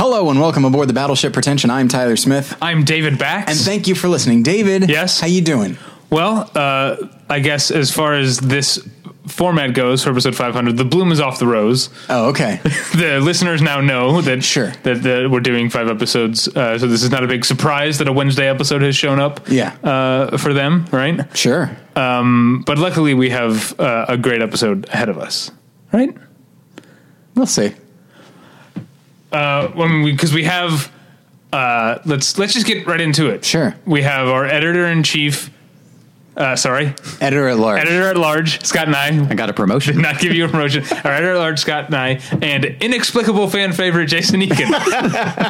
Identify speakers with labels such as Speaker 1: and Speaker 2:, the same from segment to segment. Speaker 1: welcome aboard the battleship Pretension. I'm Tyler Smith,
Speaker 2: I'm David Bax.
Speaker 1: and thank you for listening, David.
Speaker 2: Yes?
Speaker 1: how you doing?
Speaker 2: well, uh, I guess as far as this format goes for episode 500, the bloom is off the rose.
Speaker 1: Oh, okay.
Speaker 2: The listeners now know that
Speaker 1: Sure.
Speaker 2: that, that we're doing five episodes, uh, so this is not a big surprise that a Wednesday episode has shown up.
Speaker 1: Yeah.
Speaker 2: uh, for them, right?
Speaker 1: sure.
Speaker 2: Um, but luckily, we have uh, a great episode ahead of us, right?
Speaker 1: We'll see.
Speaker 2: Uh, I mean, because we, have. Uh, let's let's just get right into it.
Speaker 1: Sure.
Speaker 2: We have our editor in chief. Uh, sorry,
Speaker 1: Editor at large.
Speaker 2: editor at large, Scott and I.
Speaker 3: I got a promotion.
Speaker 2: not give you a promotion. All right, our large Scott and I, and inexplicable fan favorite Jason Eakin.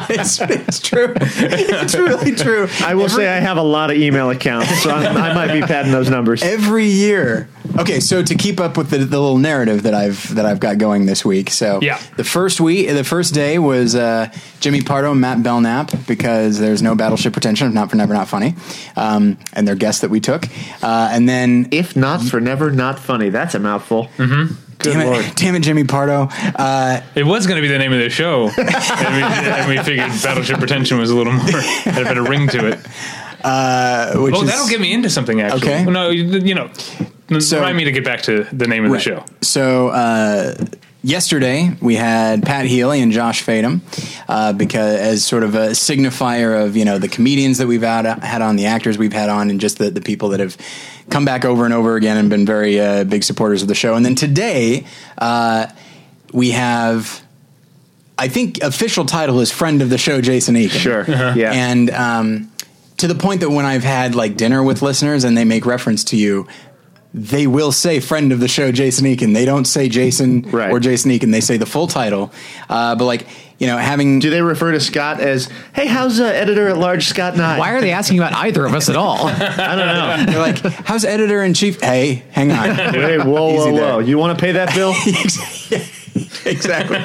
Speaker 1: it's, it's true. It's really true.
Speaker 4: I will say I have a lot of email accounts, so I'm, I might be padding those numbers.
Speaker 1: every year. Okay, so to keep up with the, the little narrative that I've that I've got going this week, so
Speaker 2: Yeah.
Speaker 1: the first week, the first day was uh, Jimmy Pardo and Matt Belknap because there's no battleship pretension, if not for never not funny, um, and their guests that we took, uh, and then
Speaker 4: If not for never not funny, that's a mouthful. Mm-hmm. Good
Speaker 1: damn it,
Speaker 4: lord.
Speaker 1: damn it, Jimmy Pardo, uh,
Speaker 2: it was going to be the name of the show, and we, and we figured Battleship Retention was a little more had a better ring to it.
Speaker 1: uh, which
Speaker 2: Oh,
Speaker 1: is,
Speaker 2: that'll get me into something. Actually,
Speaker 1: Okay.
Speaker 2: No, you, you know,
Speaker 1: So-
Speaker 2: remind me to get back to the name of the show.
Speaker 1: Right. So uh, yesterday we had Pat Healy and Josh Fadum uh, because as sort of a signifier of you know the comedians that we've had had on, the actors we've had on, and just the, the people that have come back over and over again and been very uh, big supporters of the show. And then today uh, we have. I think official title is friend of the show, Jason Eakin.
Speaker 4: Sure. Yeah.
Speaker 1: And um, to the point that when I've had like dinner with listeners and they make reference to you, they will say friend of the show, Jason Eakin. They don't say Jason
Speaker 4: Right.
Speaker 1: or Jason Eakin. They say the full title. Uh, but like, you know, having.
Speaker 4: Do they refer to Scott as, hey, how's uh, editor at large Scott Nye?
Speaker 3: Why are they asking about either of us at all?
Speaker 1: They're like, how's editor in chief? Hey, hang on.
Speaker 4: Hey, whoa,
Speaker 1: Easy
Speaker 4: whoa,
Speaker 1: there.
Speaker 4: whoa. You want to pay that bill?
Speaker 1: exactly.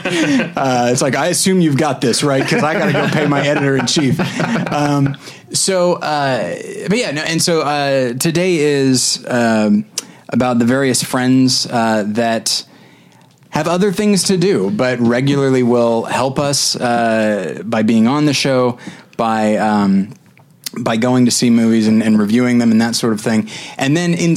Speaker 1: Uh, it's like I assume you've got this right because I got to go pay my editor in chief. Um, so, uh, but yeah, no, and so uh, today is um, about the various friends uh, that have other things to do, but regularly will help us uh, by being on the show, by um, by going to see movies and, and reviewing them and that sort of thing, and then in.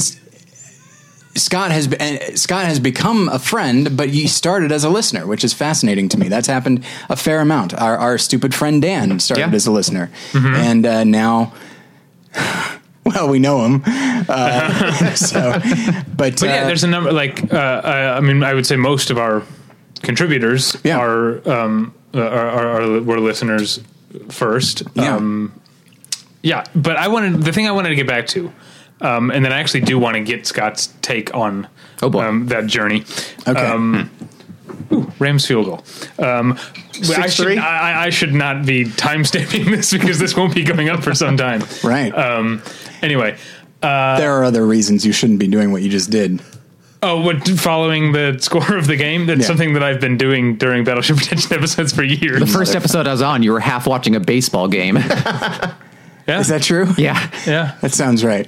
Speaker 1: Scott has be- and Scott has become a friend, but he started as a listener, which is fascinating to me. That's happened a fair amount. Our, our stupid friend Dan started
Speaker 3: Yeah.
Speaker 1: as a listener,
Speaker 2: Mm-hmm.
Speaker 1: and uh, now, well, we know him. Uh, so, but,
Speaker 2: But yeah,
Speaker 1: uh,
Speaker 2: there's a number. Like, uh, I, I mean, I would say most of our contributors
Speaker 1: Yeah.
Speaker 2: are, um, are, are, are were listeners first.
Speaker 1: Yeah.
Speaker 2: Um, yeah, but I wanted the thing I wanted to get back to, um, and then I actually do want to get Scott's take on
Speaker 3: Oh, boy.
Speaker 2: um, that journey. Um,
Speaker 1: okay.
Speaker 2: Rams field goal. Um, but I, should,
Speaker 4: three?
Speaker 2: I, I- I should not be timestamping this because this won't be going up for some time.
Speaker 1: Right.
Speaker 2: Um, anyway,
Speaker 1: there are other reasons you shouldn't be doing what you just did.
Speaker 2: Oh, what following the score of the game? That's
Speaker 1: Yeah.
Speaker 2: something that I've been doing during Battleship Retention episodes for years.
Speaker 3: The first episode I was on, you were half watching a baseball game.
Speaker 2: yeah,
Speaker 1: Is that true?
Speaker 3: yeah.
Speaker 2: yeah.
Speaker 1: That sounds right.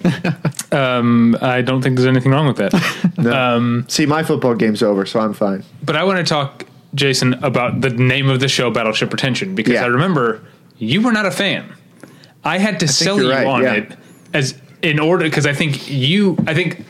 Speaker 2: Um, I don't think there's anything wrong with that.
Speaker 4: See, my football game's over, so I'm fine.
Speaker 2: but I want to talk, Jason, about the name of the show, Battleship Retention, because
Speaker 4: Yeah.
Speaker 2: I remember you were not a fan. I had to sell you
Speaker 4: you're right,
Speaker 2: on
Speaker 4: yeah.
Speaker 2: it as in order because I think you, I think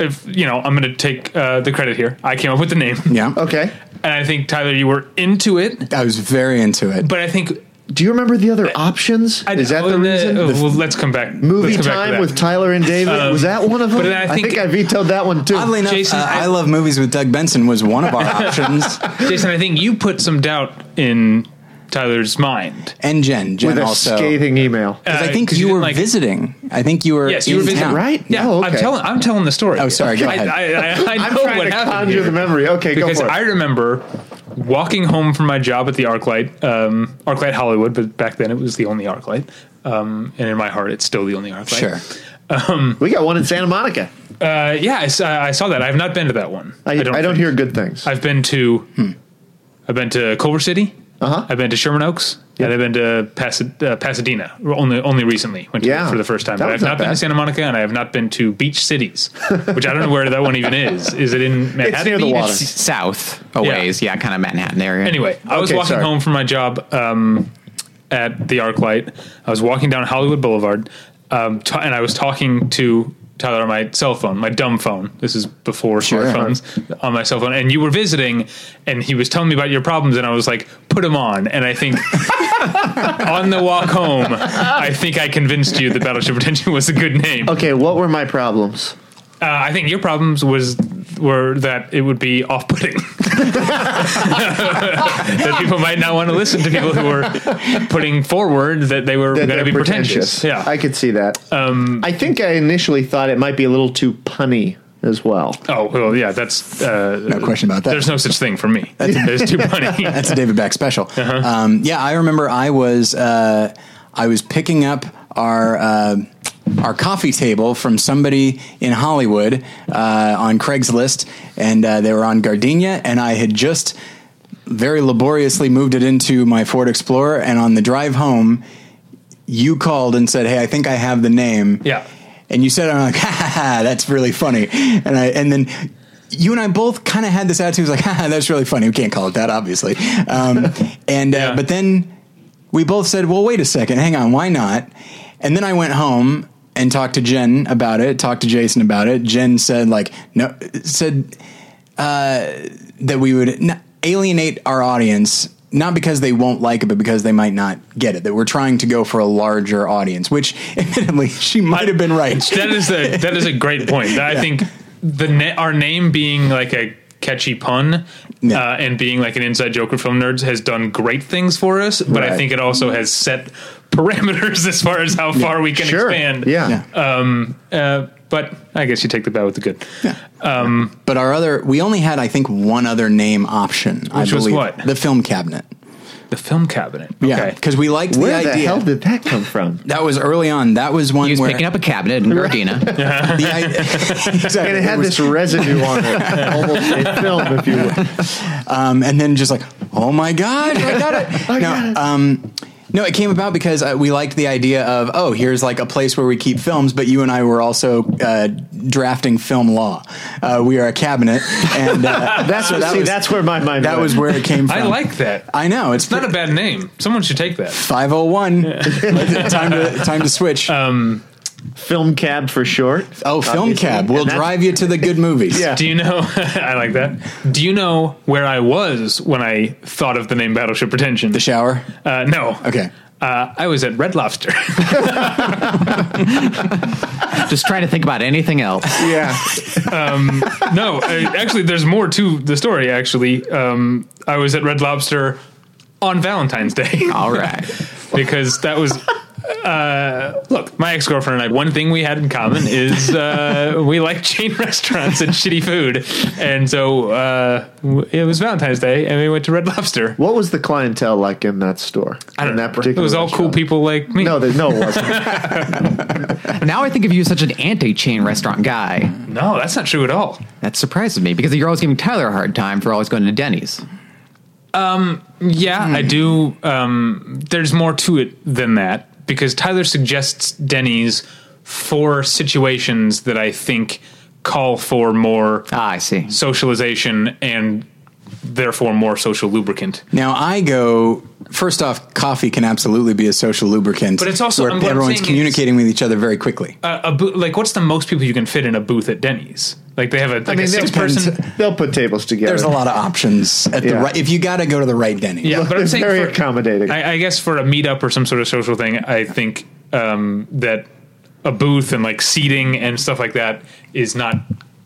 Speaker 2: if you know, I'm going to take uh, the credit here. I came up with the name,
Speaker 1: Yeah.
Speaker 4: Okay.
Speaker 2: and I think Tyler, you were into it,
Speaker 1: I was very into it.
Speaker 2: but I think.
Speaker 4: Do you remember the other options?
Speaker 2: I-
Speaker 4: Is that
Speaker 2: oh,
Speaker 4: the reason?
Speaker 2: oh,
Speaker 4: The
Speaker 2: well, let's come back.
Speaker 4: movie
Speaker 2: let's come back to
Speaker 4: time
Speaker 2: that. Um,
Speaker 4: with Tyler and David? was that one of them?
Speaker 2: but then I think-
Speaker 4: I vetoed that one too.
Speaker 1: Oddly enough,
Speaker 2: Jason,
Speaker 1: uh,
Speaker 2: I-
Speaker 1: I, love movies with Doug Benson was one of our options,
Speaker 2: Jason, I think you put some doubt in Tyler's mind.
Speaker 1: and Jen. Jen
Speaker 4: with a
Speaker 1: also.
Speaker 4: scathing email.
Speaker 1: 'Cause I
Speaker 2: Uh,
Speaker 1: think
Speaker 2: 'cause
Speaker 1: you
Speaker 2: you
Speaker 1: were
Speaker 2: didn't like-
Speaker 1: visiting. I think you were.
Speaker 2: Yes, you were
Speaker 1: in
Speaker 2: visiting,
Speaker 1: town.
Speaker 4: Right?
Speaker 2: Yeah,
Speaker 4: Oh,
Speaker 2: I'm
Speaker 4: okay.
Speaker 2: telling I'm telling the story.
Speaker 1: Oh, sorry, go ahead.
Speaker 2: I, I, I, I
Speaker 4: I'm
Speaker 2: know
Speaker 4: trying
Speaker 2: what
Speaker 4: to
Speaker 2: happened
Speaker 4: conjure
Speaker 2: here.
Speaker 4: the memory. Okay, go
Speaker 2: because
Speaker 4: for it.
Speaker 2: I remember walking home from my job at the ArcLight, um, ArcLight Hollywood, but back then it was the only ArcLight, um, and in my heart it's still the only ArcLight.
Speaker 1: Sure.
Speaker 4: we got one in Santa Monica.
Speaker 2: Uh, yeah, I, saw- I saw that. I've not been to that one.
Speaker 4: I, I don't,
Speaker 2: think.
Speaker 4: hear good things.
Speaker 2: I've been to. I've been to Culver City.
Speaker 4: Uh-huh.
Speaker 2: I've been to Sherman Oaks. And I've been to Pasad- uh, Pasadena only only recently. Went to
Speaker 4: Yeah.
Speaker 2: for the first time.
Speaker 4: That
Speaker 2: But I've
Speaker 4: was not
Speaker 2: not, been to
Speaker 4: bad.
Speaker 2: Santa Monica, and I have not been to Beach Cities, which I don't know where that one even is. Is it in Manhattan?
Speaker 4: near the
Speaker 2: Beach?
Speaker 4: water.
Speaker 3: S- South a ways. Yeah, kind of Manhattan area.
Speaker 2: Anyway, I was
Speaker 4: Okay,
Speaker 2: walking
Speaker 4: sorry.
Speaker 2: home from my job um, at the ArcLight. I was walking down Hollywood Boulevard, um, t- and I was talking to Tyler on my cell phone, my dumb phone. This is before smartphones on my cell phone. And you were visiting, and he was telling me about your problems, and I was like, "Put them on." And I think on the walk home, I think I convinced you that Battleship Retention was a good name.
Speaker 4: Okay, what were my problems?
Speaker 2: Uh, I think your problems was were that it would be off putting. that people might not want to listen to people who were putting forward that they were
Speaker 4: That
Speaker 2: going to
Speaker 4: they're
Speaker 2: be pretentious. Yeah.
Speaker 4: I could see that. Um, I think I initially thought it might be a little too punny as well.
Speaker 2: oh well, yeah. That's uh,
Speaker 1: No question about that.
Speaker 2: There's no such thing for me. There's too funny.
Speaker 1: That's a David Beck special. Um, yeah, I remember I was uh, I was picking up our uh, our coffee table from somebody in Hollywood uh, on Craigslist, and uh, they were on Gardenia, and I had just very laboriously moved it into my Ford Explorer, and on the drive home, you called and said, "Hey, I think I have the name."
Speaker 2: Yeah.
Speaker 1: And you said, it, "I'm like, ha, ha, ha, that's really funny," and I and then. You and I both kind of had this attitude, like, "Ha, ha, "That's really funny. We can't call it that, obviously." Um, and uh,
Speaker 2: Yeah.
Speaker 1: but then we both said, "Well, wait a second. Hang on. Why not?" And then I went home and talked to Jen about it. Talked to Jason about it. Jen said, "Like, no," said uh, that we would n- alienate our audience not because they won't like it, but because they might not get it. That we're trying to go for a larger audience, which admittedly she might have been right.
Speaker 2: that is a that is a great point. I think the na- our name being like a catchy pun
Speaker 1: Yeah.
Speaker 2: uh, and being like an inside joke with film nerds has done great things for us, but I
Speaker 1: Right.
Speaker 2: think it also has set parameters as far as how far we can
Speaker 4: Sure.
Speaker 2: expand.
Speaker 4: Yeah.
Speaker 1: Yeah.
Speaker 2: Um. Uh. But I guess you take the bad with the good. um,
Speaker 1: But our other, we only had, I think, one other name option. Which I
Speaker 2: Which was
Speaker 1: believe.
Speaker 2: what?
Speaker 1: The film cabinet.
Speaker 2: The film cabinet.
Speaker 1: Yeah,
Speaker 2: Okay.
Speaker 1: because we liked
Speaker 4: Where
Speaker 1: the
Speaker 4: the
Speaker 1: idea.
Speaker 4: hell did that come from?
Speaker 1: that was early on. That was one
Speaker 3: He was
Speaker 1: where
Speaker 3: picking up a cabinet in Gardena.
Speaker 1: the i- exactly.
Speaker 4: And it had
Speaker 1: was-
Speaker 4: this residue on it, almost a film, if you will.
Speaker 1: um, and then just like, oh my god, I got it. no, Um, no, it came about because uh, we liked the idea of oh, here's like a place where we keep films, but you and I were also uh, drafting film law. Uh, we are a cabinet, and uh,
Speaker 4: That's
Speaker 1: so
Speaker 4: what,
Speaker 1: that
Speaker 4: see,
Speaker 1: was-
Speaker 4: that's where my mind.
Speaker 1: that
Speaker 4: went.
Speaker 1: was where it came from.
Speaker 2: I like that.
Speaker 1: I know it's,
Speaker 2: It's not a bad name. Someone should take that.
Speaker 1: five oh one. Time to time to switch.
Speaker 2: Oh.
Speaker 4: film cab for short.
Speaker 1: oh, film
Speaker 4: obviously,
Speaker 1: cab.
Speaker 4: and
Speaker 1: We'll
Speaker 4: that's-
Speaker 1: drive you to the good movies.
Speaker 4: Yeah.
Speaker 2: Do you know? I like that. Do you know where I was when I thought of the name Battleship Retention?
Speaker 1: The shower.
Speaker 2: Uh, no.
Speaker 1: Okay.
Speaker 2: Uh, I was at Red Lobster.
Speaker 3: Just trying to think about anything else.
Speaker 4: Yeah,
Speaker 2: no, I, actually, there's more to the story. Actually, um, I was at Red Lobster on Valentine's Day
Speaker 3: All right.
Speaker 2: because that was. Uh, look, my ex girlfriend and I. One thing we had in common is uh, we like chain restaurants and shitty food, and so uh, w- it was Valentine's Day, and we went to Red Lobster.
Speaker 4: what was the clientele like in that store?
Speaker 2: I don't
Speaker 4: in that
Speaker 2: know. It was all cool
Speaker 4: restaurant?
Speaker 2: people like me.
Speaker 4: No, there, no, it wasn't.
Speaker 3: Now I think of you as such an anti-chain restaurant guy.
Speaker 2: no, that's not true at all.
Speaker 3: That surprises me because you're always giving Tyler a hard time for always going to Denny's.
Speaker 2: Yeah, I
Speaker 4: Hmm.
Speaker 2: do. Um, there's more to it than that because Tyler suggests Denny's for situations that I think call for more
Speaker 3: Ah, I see.
Speaker 2: socialization and therefore more social lubricant.
Speaker 1: Now I go. First off, coffee can absolutely be a social lubricant,
Speaker 2: But it's also-
Speaker 1: where
Speaker 2: I'm- what I'm
Speaker 1: everyone's
Speaker 2: saying is-
Speaker 1: communicating with each other very quickly.
Speaker 2: Uh, a boo- like, what's the most people you can fit in a booth at Denny's? Like, they have a, like
Speaker 4: I mean,
Speaker 2: a
Speaker 4: they'll
Speaker 2: six person.
Speaker 4: put, they'll put tables together.
Speaker 1: There's a lot of options at the
Speaker 4: Yeah.
Speaker 1: right. If you got to go to the right Denny,
Speaker 2: Yeah, but I'm
Speaker 4: They're
Speaker 2: saying
Speaker 4: very
Speaker 2: for-
Speaker 4: accommodating.
Speaker 2: I, I guess for a meetup or some sort of social thing, I think um, that a booth and like seating and stuff like that is not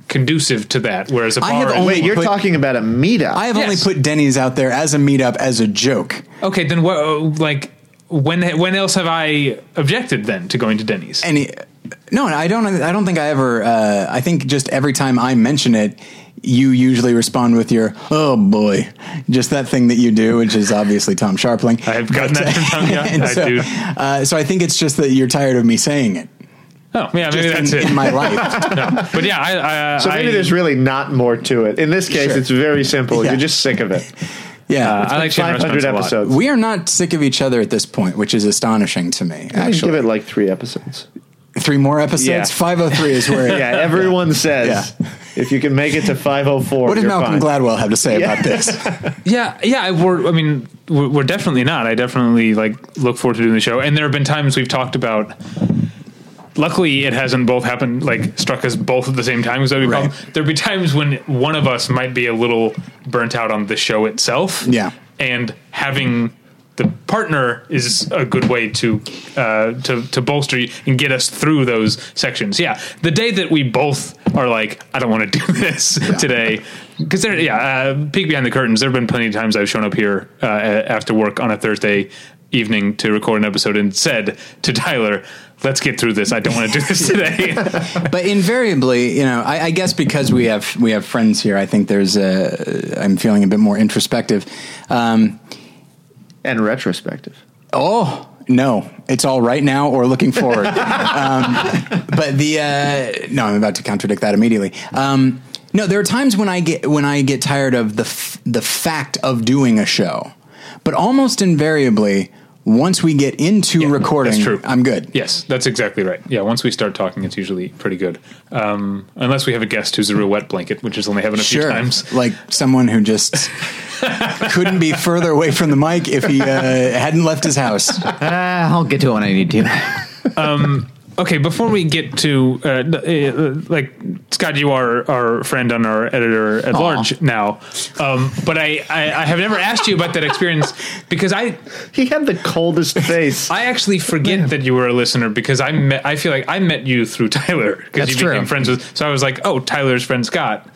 Speaker 2: conducive to that. Whereas a bar,
Speaker 1: I have
Speaker 2: and-
Speaker 1: only-
Speaker 4: Wait, you're
Speaker 1: Put-
Speaker 4: talking about a meetup.
Speaker 1: I have only
Speaker 2: Yes.
Speaker 1: put Denny's out there as a meetup as a joke.
Speaker 2: okay, then what? uh, Like when when else have I objected then to going to Denny's?
Speaker 1: And he- no, I don't. I don't think I ever. Uh, I think just every time I mention it, you usually respond with your "oh boy," just that thing that you do, which is obviously Tom Sharpling.
Speaker 2: I have gotten that from Tom.
Speaker 1: And
Speaker 2: Yeah, I
Speaker 1: so,
Speaker 2: do.
Speaker 1: uh, so I think it's just that you're tired of me saying it
Speaker 2: Oh, yeah, maybe that's
Speaker 1: just in,
Speaker 2: it.
Speaker 1: in my life.
Speaker 2: No. But yeah, I, I,
Speaker 4: so maybe
Speaker 2: I,
Speaker 4: there's really not more to it. In this case,
Speaker 1: Sure.
Speaker 4: it's very simple.
Speaker 1: Yeah.
Speaker 4: You're just sick of it.
Speaker 1: Yeah.
Speaker 2: Uh,
Speaker 1: It's
Speaker 2: I like Shane
Speaker 4: 500
Speaker 2: Restaurants a lot.
Speaker 4: episodes.
Speaker 1: We are not sick of each other at this point, which is astonishing to me.
Speaker 4: I think
Speaker 1: Actually,
Speaker 4: give it like three episodes.
Speaker 1: three more episodes.
Speaker 2: Yeah.
Speaker 1: Five oh three is where.
Speaker 4: Yeah, everyone says if you can make it to 504,
Speaker 1: What does
Speaker 4: you're
Speaker 1: Malcolm
Speaker 4: fine.
Speaker 1: Gladwell have to say about this?
Speaker 2: Yeah, yeah. I, we're, I mean, we're, we're definitely not. I definitely like look forward to doing the show. And there have been times we've talked about. Luckily, it hasn't both happened like struck us both at the same time. Because that would be a
Speaker 1: Right.
Speaker 2: problem. There'd be times when one of us might be a little burnt out on the show itself.
Speaker 1: Yeah.
Speaker 2: and having the partner is a good way to uh, to to bolster you and get us through those sections. Yeah, the day that we both are like, I don't want to do this today, because there, yeah, uh, peek behind the curtains. There have been plenty of times I've shown up here uh, a- after work on a Thursday evening to record an episode and said to Tyler, "Let's get through this. I don't want to do this today."
Speaker 1: but invariably, you know, I, I guess because we have we have friends here, I think there's a. I'm feeling a bit more introspective. Um,
Speaker 4: And retrospective.
Speaker 1: oh no, it's all right now or looking forward. um, but the uh, no, I'm about to contradict that immediately. Um, no, there are times when I get when I get tired of the f- the fact of doing a show, but almost invariably. Once we get into recording,
Speaker 2: that's true.
Speaker 1: I'm good.
Speaker 2: Yes, that's exactly right. Yeah, once we start talking, it's usually pretty good. Um, unless we have a guest who's a real wet blanket, which has only happened a few times.
Speaker 1: Like someone who just couldn't be further away from the mic if he uh, hadn't left his house.
Speaker 3: Uh, I'll get to it when I need to.
Speaker 2: Okay, before we get to uh, d- uh, like Scott, you are our friend on our editor at large now, um, but I, I I have never asked you about that experience because I
Speaker 4: He had the coldest face.
Speaker 2: I actually forget that you were a listener because I met I feel like I met you through Tyler because
Speaker 3: That's
Speaker 2: you became
Speaker 3: true.
Speaker 2: friends with so I was like oh Tyler's friend Scott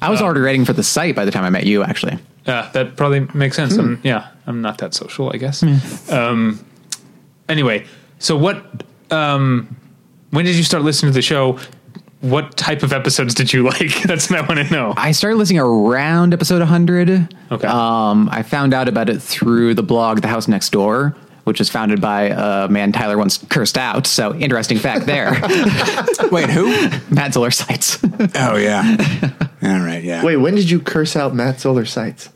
Speaker 3: I was already writing for the site by the time I met you, actually.
Speaker 2: Uh, that probably makes sense. I'm, yeah, I'm not that social, I guess. Um, anyway, so what? Um, when did you start listening to the show? What type of episodes did you like? That's what I want to know.
Speaker 3: I started listening around episode 100.
Speaker 2: Okay.
Speaker 3: Um, I found out about it through the blog The House Next Door, which was founded by a man Tyler once cursed out. So, interesting fact there.
Speaker 1: Wait, who?
Speaker 3: Matt Ziller sites.
Speaker 1: Oh yeah. All right, yeah.
Speaker 4: Wait, when did you curse out Matt Solar Sites?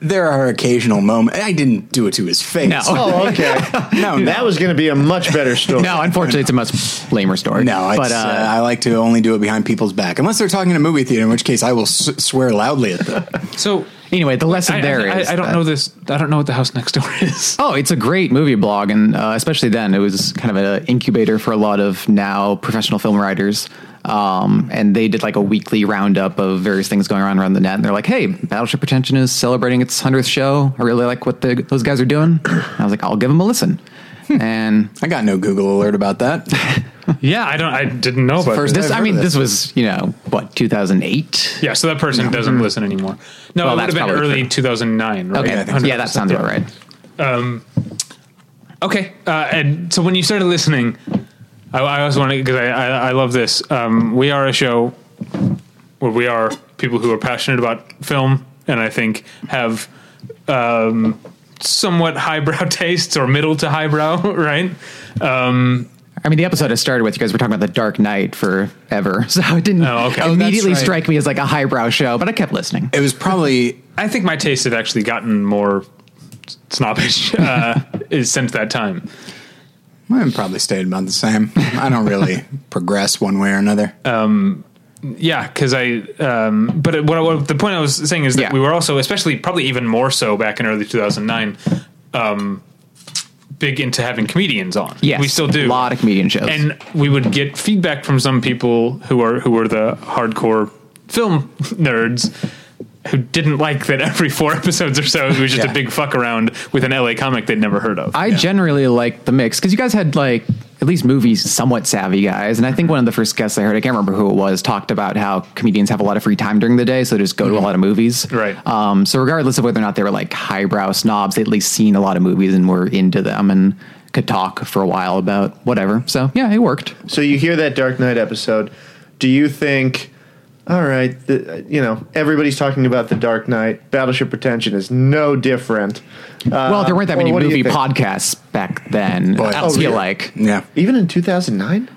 Speaker 1: There are occasional moments. I didn't do it to his face.
Speaker 3: No.
Speaker 4: Oh, okay.
Speaker 1: no, no.
Speaker 4: that was going to be a much better story.
Speaker 3: no, unfortunately, it's a much lamer story.
Speaker 1: No, it's,
Speaker 3: but
Speaker 1: uh,
Speaker 3: uh,
Speaker 1: I like to only do it behind people's back, unless they're talking in a movie theater, in which case I will s- swear loudly at them.
Speaker 2: so
Speaker 3: anyway, the lesson
Speaker 2: I,
Speaker 3: there is
Speaker 2: I, I don't
Speaker 3: that-
Speaker 2: know this. I don't know what the house next door is.
Speaker 3: Oh, it's a great movie blog, and uh, especially then, it was kind of an incubator for a lot of now professional film writers. Um, and they did like a weekly roundup of various things going on around the net. And they're like, "Hey, Battleship Retention is celebrating its hundredth show. I really like what the, those guys are doing." I was like, "I'll give them a listen."
Speaker 2: Hmm.
Speaker 3: and
Speaker 1: I got no Google alert about that.
Speaker 2: Yeah, I don't. I didn't know about
Speaker 1: first-
Speaker 2: this.
Speaker 3: this,
Speaker 1: I've
Speaker 3: I
Speaker 1: heard
Speaker 3: mean,
Speaker 1: of
Speaker 3: this was you know what 2008.
Speaker 2: Yeah, so that person doesn't listen anymore. No,
Speaker 3: Well,
Speaker 2: it would have
Speaker 3: that's
Speaker 2: been
Speaker 3: probably
Speaker 2: early
Speaker 3: true.
Speaker 2: 2009. Right?
Speaker 3: Okay, yeah,
Speaker 2: 100%,
Speaker 3: that sounds
Speaker 2: yeah.
Speaker 3: about right.
Speaker 2: Okay, uh, and so when you started listening, I, I always wanted because I, I I love this. Um, we are a show where we are people who are passionate about film, and I think have um, somewhat highbrow tastes or middle to highbrow, right? Um,
Speaker 3: I mean, the episode I started with, you guys were talking about The Dark Knight forever, so it didn't
Speaker 2: Oh, okay. Oh, that's
Speaker 3: immediately
Speaker 1: right.
Speaker 3: strike me as like a highbrow show, but I kept listening.
Speaker 1: It was probably
Speaker 2: I think my tastes have actually gotten more snobbish uh, is since that time.
Speaker 1: mine probably stayed about the same. I don't really progress one way or another.
Speaker 2: yeah because i um but it- what, I- what the point i was saying is that
Speaker 3: Yeah.
Speaker 2: we were also especially probably even more so back in early 2009 um big into having comedians on
Speaker 3: Yes,
Speaker 2: we still do
Speaker 3: a lot of comedian shows.
Speaker 2: and we would get feedback from some people who are who were the hardcore film nerds who didn't like that every four episodes or so it was just
Speaker 1: Yeah.
Speaker 2: a big fuck around with an la comic they'd never heard of
Speaker 3: I generally like the mix because you guys had like at least movies somewhat savvy guys, and I think one of the first guests I heard, I can't remember who it was, talked about how comedians have a lot of free time during the day, so they just go to a lot of movies.
Speaker 2: Right.
Speaker 3: Um, so regardless of whether or not they were like highbrow snobs, they at least seen a lot of movies and were into them and could talk for a while about whatever. So yeah, it worked.
Speaker 4: So you hear that Dark Knight episode. Do you think, all right, the, you know, everybody's talking about the Dark Knight. Battleship Retention is no different.
Speaker 3: well, there weren't that
Speaker 4: or
Speaker 3: many
Speaker 4: Uh, what do you
Speaker 3: movie
Speaker 4: think?
Speaker 3: podcasts back then.
Speaker 1: Boy.
Speaker 3: I
Speaker 1: Oh,
Speaker 3: feel
Speaker 4: yeah.
Speaker 3: like.
Speaker 1: yeah.
Speaker 4: Even in 2009?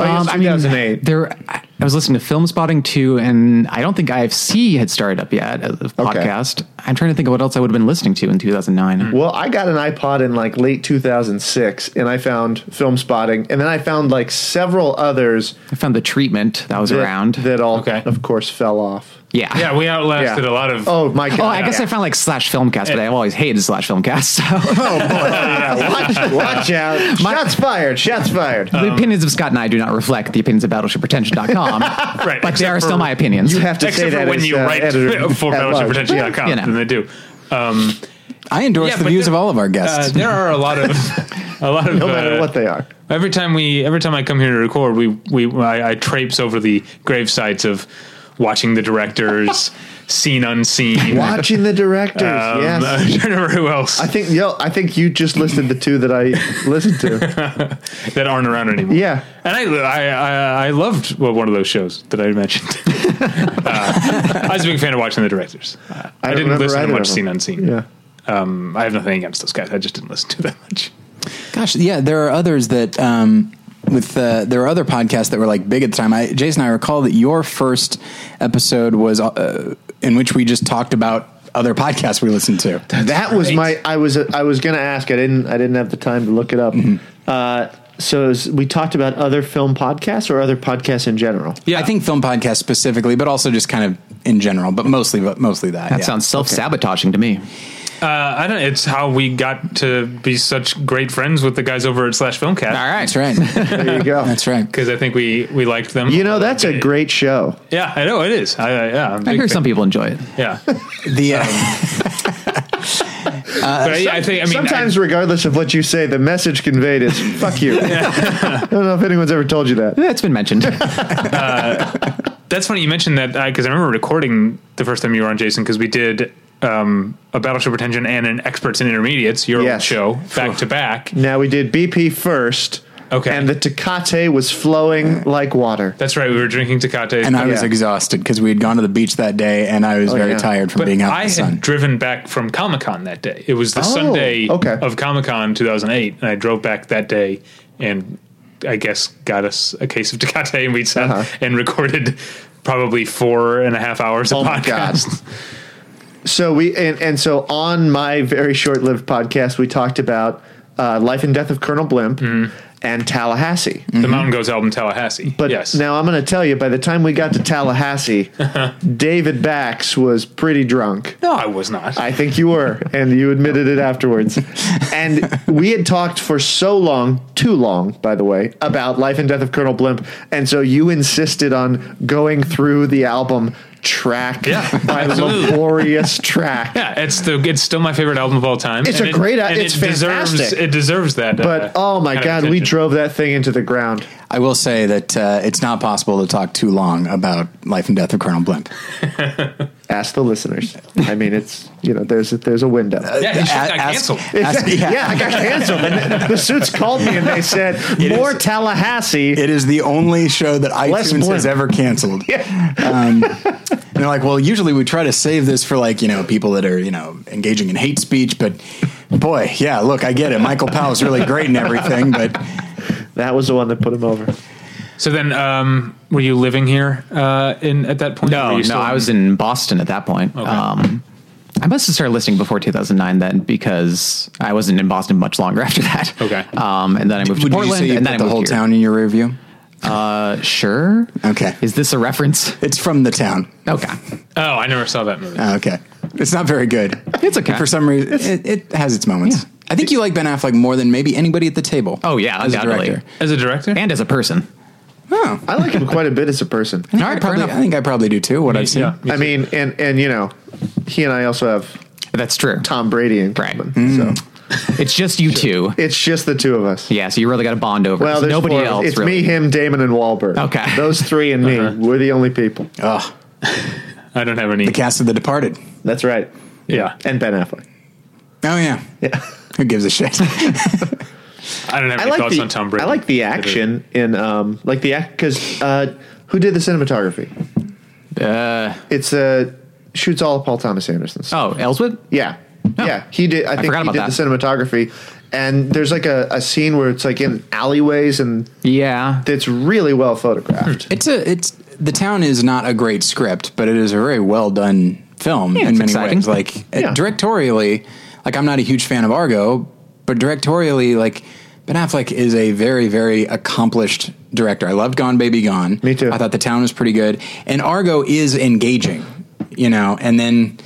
Speaker 4: Oh, yeah,
Speaker 3: Um,
Speaker 4: it's
Speaker 3: I mean,
Speaker 4: 2008.
Speaker 3: there. I- I was listening to Film Spotting too, and I don't think IFC had started up yet as a podcast. I'm trying to think of what else I would have been listening to in 2009.
Speaker 4: Well, I got an iPod in like late 2006, and I found Film Spotting, and then I found like several others
Speaker 3: I found the treatment that was
Speaker 4: that,
Speaker 3: around.
Speaker 4: that all,
Speaker 2: Okay.
Speaker 4: of course, fell off.
Speaker 3: yeah.
Speaker 2: Yeah, we outlasted
Speaker 4: Yeah.
Speaker 2: a lot of.
Speaker 4: Oh my god!
Speaker 3: Oh, I guess I found like slash filmcast, but I've always hated slash filmcast. So
Speaker 4: Oh, watch, watch out! Shots fired! Shots fired!
Speaker 3: the opinions of Scott and I do not reflect the opinions of BattleshipRetention.com,
Speaker 2: Right,
Speaker 3: but they
Speaker 2: except
Speaker 3: are
Speaker 2: for-
Speaker 3: still my opinions.
Speaker 4: You have to say
Speaker 2: Except
Speaker 4: that
Speaker 2: for when
Speaker 4: as,
Speaker 2: you
Speaker 4: uh,
Speaker 2: write
Speaker 4: editor
Speaker 2: for
Speaker 4: at large.
Speaker 2: battleshippretention.com,
Speaker 3: You know.
Speaker 2: then they do. Um,
Speaker 1: I endorse
Speaker 2: Yeah,
Speaker 1: the
Speaker 2: but
Speaker 1: views
Speaker 2: there-
Speaker 1: of all of our
Speaker 2: uh,
Speaker 1: guests.
Speaker 2: there are a lot of a lot of uh,
Speaker 4: No matter what they are.
Speaker 2: Every time we, every time I come here to record, we we I, I traipse over the grave sites of watching the directors, seen unseen.
Speaker 4: Watching the directors.
Speaker 2: Um,
Speaker 4: yes.
Speaker 2: I don't remember who else
Speaker 4: I think yo, I think you just listed the two that I listened to.
Speaker 2: that aren't around anymore.
Speaker 4: Yeah.
Speaker 2: and I I I, I loved well, one of those shows that I mentioned. uh, I was a big fan of watching the directors. Uh, I,
Speaker 4: don't
Speaker 2: didn't
Speaker 4: remember
Speaker 2: listen to
Speaker 4: either
Speaker 2: much
Speaker 4: of them.
Speaker 2: seen unseen.
Speaker 4: Yeah.
Speaker 2: Um, I have nothing against those guys. I just didn't listen to that much.
Speaker 1: Gosh, yeah, there are others that um, with uh, there are other podcasts that were like big at the time. I, Jason, I recall that your first episode was uh, in which we just talked about other podcasts we listened to.
Speaker 4: that was my. I was. I was going to ask. I didn't. I didn't have the time to look it up. Uh, so it was- we talked about other film podcasts or other podcasts in general.
Speaker 2: Yeah.
Speaker 1: I think film podcasts specifically, but also just kind of in general, but mostly mostly that.
Speaker 3: That
Speaker 1: yeah.
Speaker 3: sounds self sabotaging to me.
Speaker 2: Uh, I don't. It's how we got to be such great friends with the guys over at Slash Filmcast.
Speaker 3: All right.
Speaker 1: That's right.
Speaker 4: There you go.
Speaker 1: That's right.
Speaker 2: Because I think we we liked them.
Speaker 4: You know that's a great show.
Speaker 2: Yeah, I know it is. I, I yeah, I'm a
Speaker 3: I
Speaker 2: big
Speaker 3: hear
Speaker 2: fan.
Speaker 3: some people enjoy it.
Speaker 2: Yeah,
Speaker 1: The uh,
Speaker 2: but yeah, I think I mean
Speaker 4: Sometimes,
Speaker 2: I,
Speaker 4: regardless of what you say, the message conveyed is "fuck you." I don't know if anyone's ever told you that.
Speaker 3: Eh, It's been mentioned.
Speaker 2: that's funny you mentioned that because I remember recording the first time you were on Jason because we did um, a Battleship Retention and an Experts and Intermediates your old
Speaker 4: Yes.
Speaker 2: show back to back.
Speaker 4: Now we did BP first.
Speaker 2: Okay.
Speaker 4: And the Tecate was flowing like water.
Speaker 2: That's right. We were drinking Tecate.
Speaker 1: and I was
Speaker 4: Yeah.
Speaker 1: exhausted because we had gone to the beach that day, and I was very
Speaker 4: yeah.
Speaker 1: tired from
Speaker 2: but
Speaker 1: being out
Speaker 2: I
Speaker 1: in
Speaker 2: had
Speaker 1: the sun.
Speaker 2: driven back from Comic Con that day. It was the Sunday
Speaker 4: Oh, okay.
Speaker 2: of Comic Con 2008, and I drove back that day, and I guess got us a case of Tecate, and we sat
Speaker 4: Uh-huh.
Speaker 2: and recorded probably four and a half hours of
Speaker 4: Oh my God.
Speaker 2: podcast.
Speaker 4: So we and, and so on my very short-lived podcast, we talked about uh, life and death of Colonel Blimp
Speaker 2: Mm-hmm.
Speaker 4: and Tallahassee.
Speaker 2: The Mountain Goats album Tallahassee.
Speaker 4: But
Speaker 2: yes,
Speaker 4: now I'm going to tell you, by the time we got to Tallahassee, David Bax was pretty drunk.
Speaker 2: no, I was not.
Speaker 4: I think you were, and you admitted it afterwards. And we had talked for so long, too long, by the way, about Life and Death of Colonel Blimp. And so you insisted on going through the album track
Speaker 2: Yeah,
Speaker 4: by
Speaker 2: absolutely.
Speaker 4: laborious track.
Speaker 2: yeah, it's the it's still my favorite album of all time.
Speaker 4: It's
Speaker 2: and
Speaker 4: a great al-
Speaker 2: and
Speaker 4: it's
Speaker 2: Deserves,
Speaker 4: fantastic.
Speaker 2: it deserves that. uh,
Speaker 4: But oh my
Speaker 2: kind of
Speaker 4: God, we
Speaker 2: attention.
Speaker 4: drove that thing into the ground.
Speaker 1: I will say that uh, it's not possible to talk too long about life and death of Colonel Blimp.
Speaker 4: Ask the listeners. I mean, it's you know, there's a, there's a window.
Speaker 2: Yeah, he just
Speaker 1: A-
Speaker 2: got
Speaker 1: ask-
Speaker 2: canceled.
Speaker 1: Uh, ask-
Speaker 4: yeah.
Speaker 1: yeah.
Speaker 4: I got canceled. And the suits called me and they said more
Speaker 1: is-
Speaker 4: Tallahassee.
Speaker 1: It is the only show that
Speaker 4: Less
Speaker 1: iTunes has
Speaker 4: blimp.
Speaker 1: ever canceled.
Speaker 4: Yeah.
Speaker 1: Um, and they're like, well, usually we try to save this for like, you know, people that are, you know, engaging in hate speech, but boy, yeah, look, I get it. Michael Powell's really great and everything, but
Speaker 4: That was the one that put him over.
Speaker 2: So then, um, were you living here uh, in at that point? Were
Speaker 3: Oh, No,
Speaker 2: you
Speaker 3: no,
Speaker 2: still
Speaker 3: I was in Boston at that point. Um, I must have started listening before 2009 then because I wasn't in Boston much longer after that.
Speaker 2: Okay.
Speaker 3: Um, and then I moved
Speaker 1: would
Speaker 3: to
Speaker 1: you
Speaker 3: Portland
Speaker 1: say you
Speaker 3: and
Speaker 1: put
Speaker 3: then I
Speaker 1: the
Speaker 3: moved
Speaker 1: whole
Speaker 3: here.
Speaker 1: town in your rear view?
Speaker 3: Uh, sure.
Speaker 1: Okay.
Speaker 3: Is this a reference?
Speaker 1: It's from the town.
Speaker 3: Okay.
Speaker 2: Oh, I never saw that movie.
Speaker 1: Oh, okay. It's not very good.
Speaker 3: It's okay.
Speaker 1: For some reason, it, it has its moments.
Speaker 3: Yeah.
Speaker 1: I think you like Ben Affleck more than maybe anybody at the table.
Speaker 3: Oh, yeah,
Speaker 1: as a
Speaker 3: undoubtedly.
Speaker 1: director.
Speaker 2: As a director,
Speaker 3: and as a person.
Speaker 1: Oh,
Speaker 4: I like him quite a bit as a person.
Speaker 1: I, think I probably, I think I probably do too. What I've seen.
Speaker 2: yeah, me
Speaker 4: I
Speaker 2: too.
Speaker 4: mean, and and you know, he and I also have
Speaker 3: That's true.
Speaker 4: Tom Brady in
Speaker 3: Right.
Speaker 4: common. So
Speaker 3: It's just you two.
Speaker 4: it's just the two of us.
Speaker 3: Yeah, so you really got a bond over.
Speaker 4: Well, there's
Speaker 3: There's nobody
Speaker 4: four of us.
Speaker 3: else.
Speaker 4: It's
Speaker 3: really.
Speaker 4: me, him, Damon, and Wahlberg.
Speaker 3: Okay. Uh-huh.
Speaker 4: those three and me. We're the only people.
Speaker 1: Oh,
Speaker 2: I don't have any.
Speaker 1: the cast of The Departed.
Speaker 4: That's right.
Speaker 2: Yeah,
Speaker 4: And Ben Affleck.
Speaker 1: Oh yeah.
Speaker 4: Yeah.
Speaker 1: Who gives a shit?
Speaker 2: I don't have
Speaker 4: I
Speaker 2: any
Speaker 4: like
Speaker 2: thoughts
Speaker 4: the
Speaker 2: on Tom Brady.
Speaker 4: I like the action in um like the act because uh who did the cinematography?
Speaker 3: Uh,
Speaker 4: It's uh shoots all of Paul Thomas Anderson's.
Speaker 3: oh, Ellswood?
Speaker 4: Yeah. Yeah. He did I think
Speaker 3: forgot
Speaker 4: he
Speaker 3: about
Speaker 4: did
Speaker 3: that.
Speaker 4: the cinematography. And there's like a, a scene where it's like in alleyways and
Speaker 3: Yeah.
Speaker 4: that's really well photographed.
Speaker 1: it's a it's the town is not a great script, but it is a very well done film in
Speaker 3: it's
Speaker 1: many
Speaker 3: exciting.
Speaker 1: ways. Like uh,
Speaker 4: Yeah.
Speaker 1: directorially, like I'm not a huge fan of Argo, but directorially, like Ben Affleck is a very very accomplished director. I loved Gone Baby Gone.
Speaker 4: Me too.
Speaker 1: I thought the town was pretty good, and Argo is engaging, you know, and then.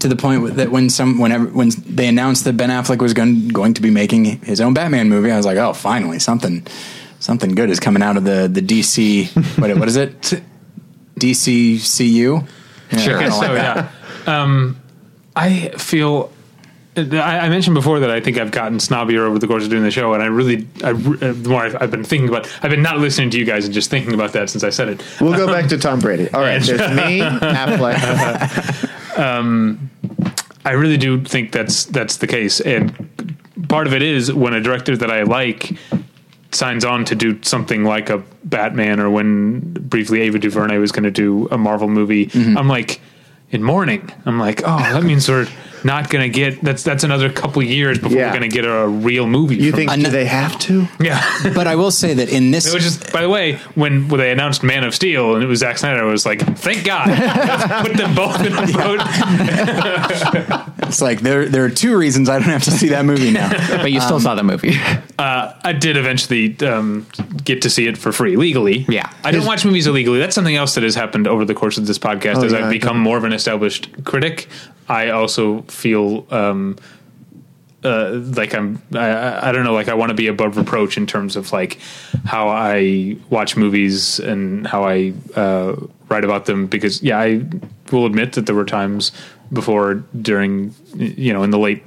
Speaker 1: To the point that when some whenever when they announced that Ben Affleck was going going to be making his own Batman movie, I was like, oh, finally something something good is coming out of the the DC what what is it DCCU? Yeah,
Speaker 2: Sure.
Speaker 1: I don't like
Speaker 2: so
Speaker 1: that.
Speaker 2: yeah, um, I feel. I I mentioned before that I think I've gotten snobbier over the course of doing the show, and I really, I, re- the more I've, I've been thinking about, I've been not listening to you guys and just thinking about that since I said it.
Speaker 4: We'll go back to Tom Brady. All right, there's me, Affleck.
Speaker 2: I really do think that's that's the case, and part of it is when a director that I like signs on to do something like a Batman, or when briefly Ava DuVernay was going to do a Marvel movie.
Speaker 4: Mm-hmm.
Speaker 2: I'm like in mourning. I'm like, oh, that means we're not going to get that's that's another couple years before
Speaker 4: Yeah.
Speaker 2: we're going to get a real movie.
Speaker 4: You
Speaker 2: from-
Speaker 4: think do
Speaker 1: Ano-
Speaker 4: they have to?
Speaker 2: Yeah.
Speaker 1: But I will say that in this,
Speaker 2: It was just, by the way, when, when they announced Man of Steel and it was Zack Snyder, I was like, thank God. Let's put them both in a boat.
Speaker 1: it's like there there are two reasons I don't have to see that movie now.
Speaker 3: But you still saw the movie.
Speaker 2: Uh, I did eventually um, get to see it for free legally.
Speaker 3: Yeah.
Speaker 2: I don't watch movies illegally. That's something else that has happened over the course of this podcast as
Speaker 4: Oh, yeah, I
Speaker 2: I've become more of an established critic. I also feel um, uh, like I'm, I- I, I don't know, like I want to be above reproach in terms of like how I watch movies and how I uh, write about them because, yeah, I will admit that there were times before, during, you know, in the late.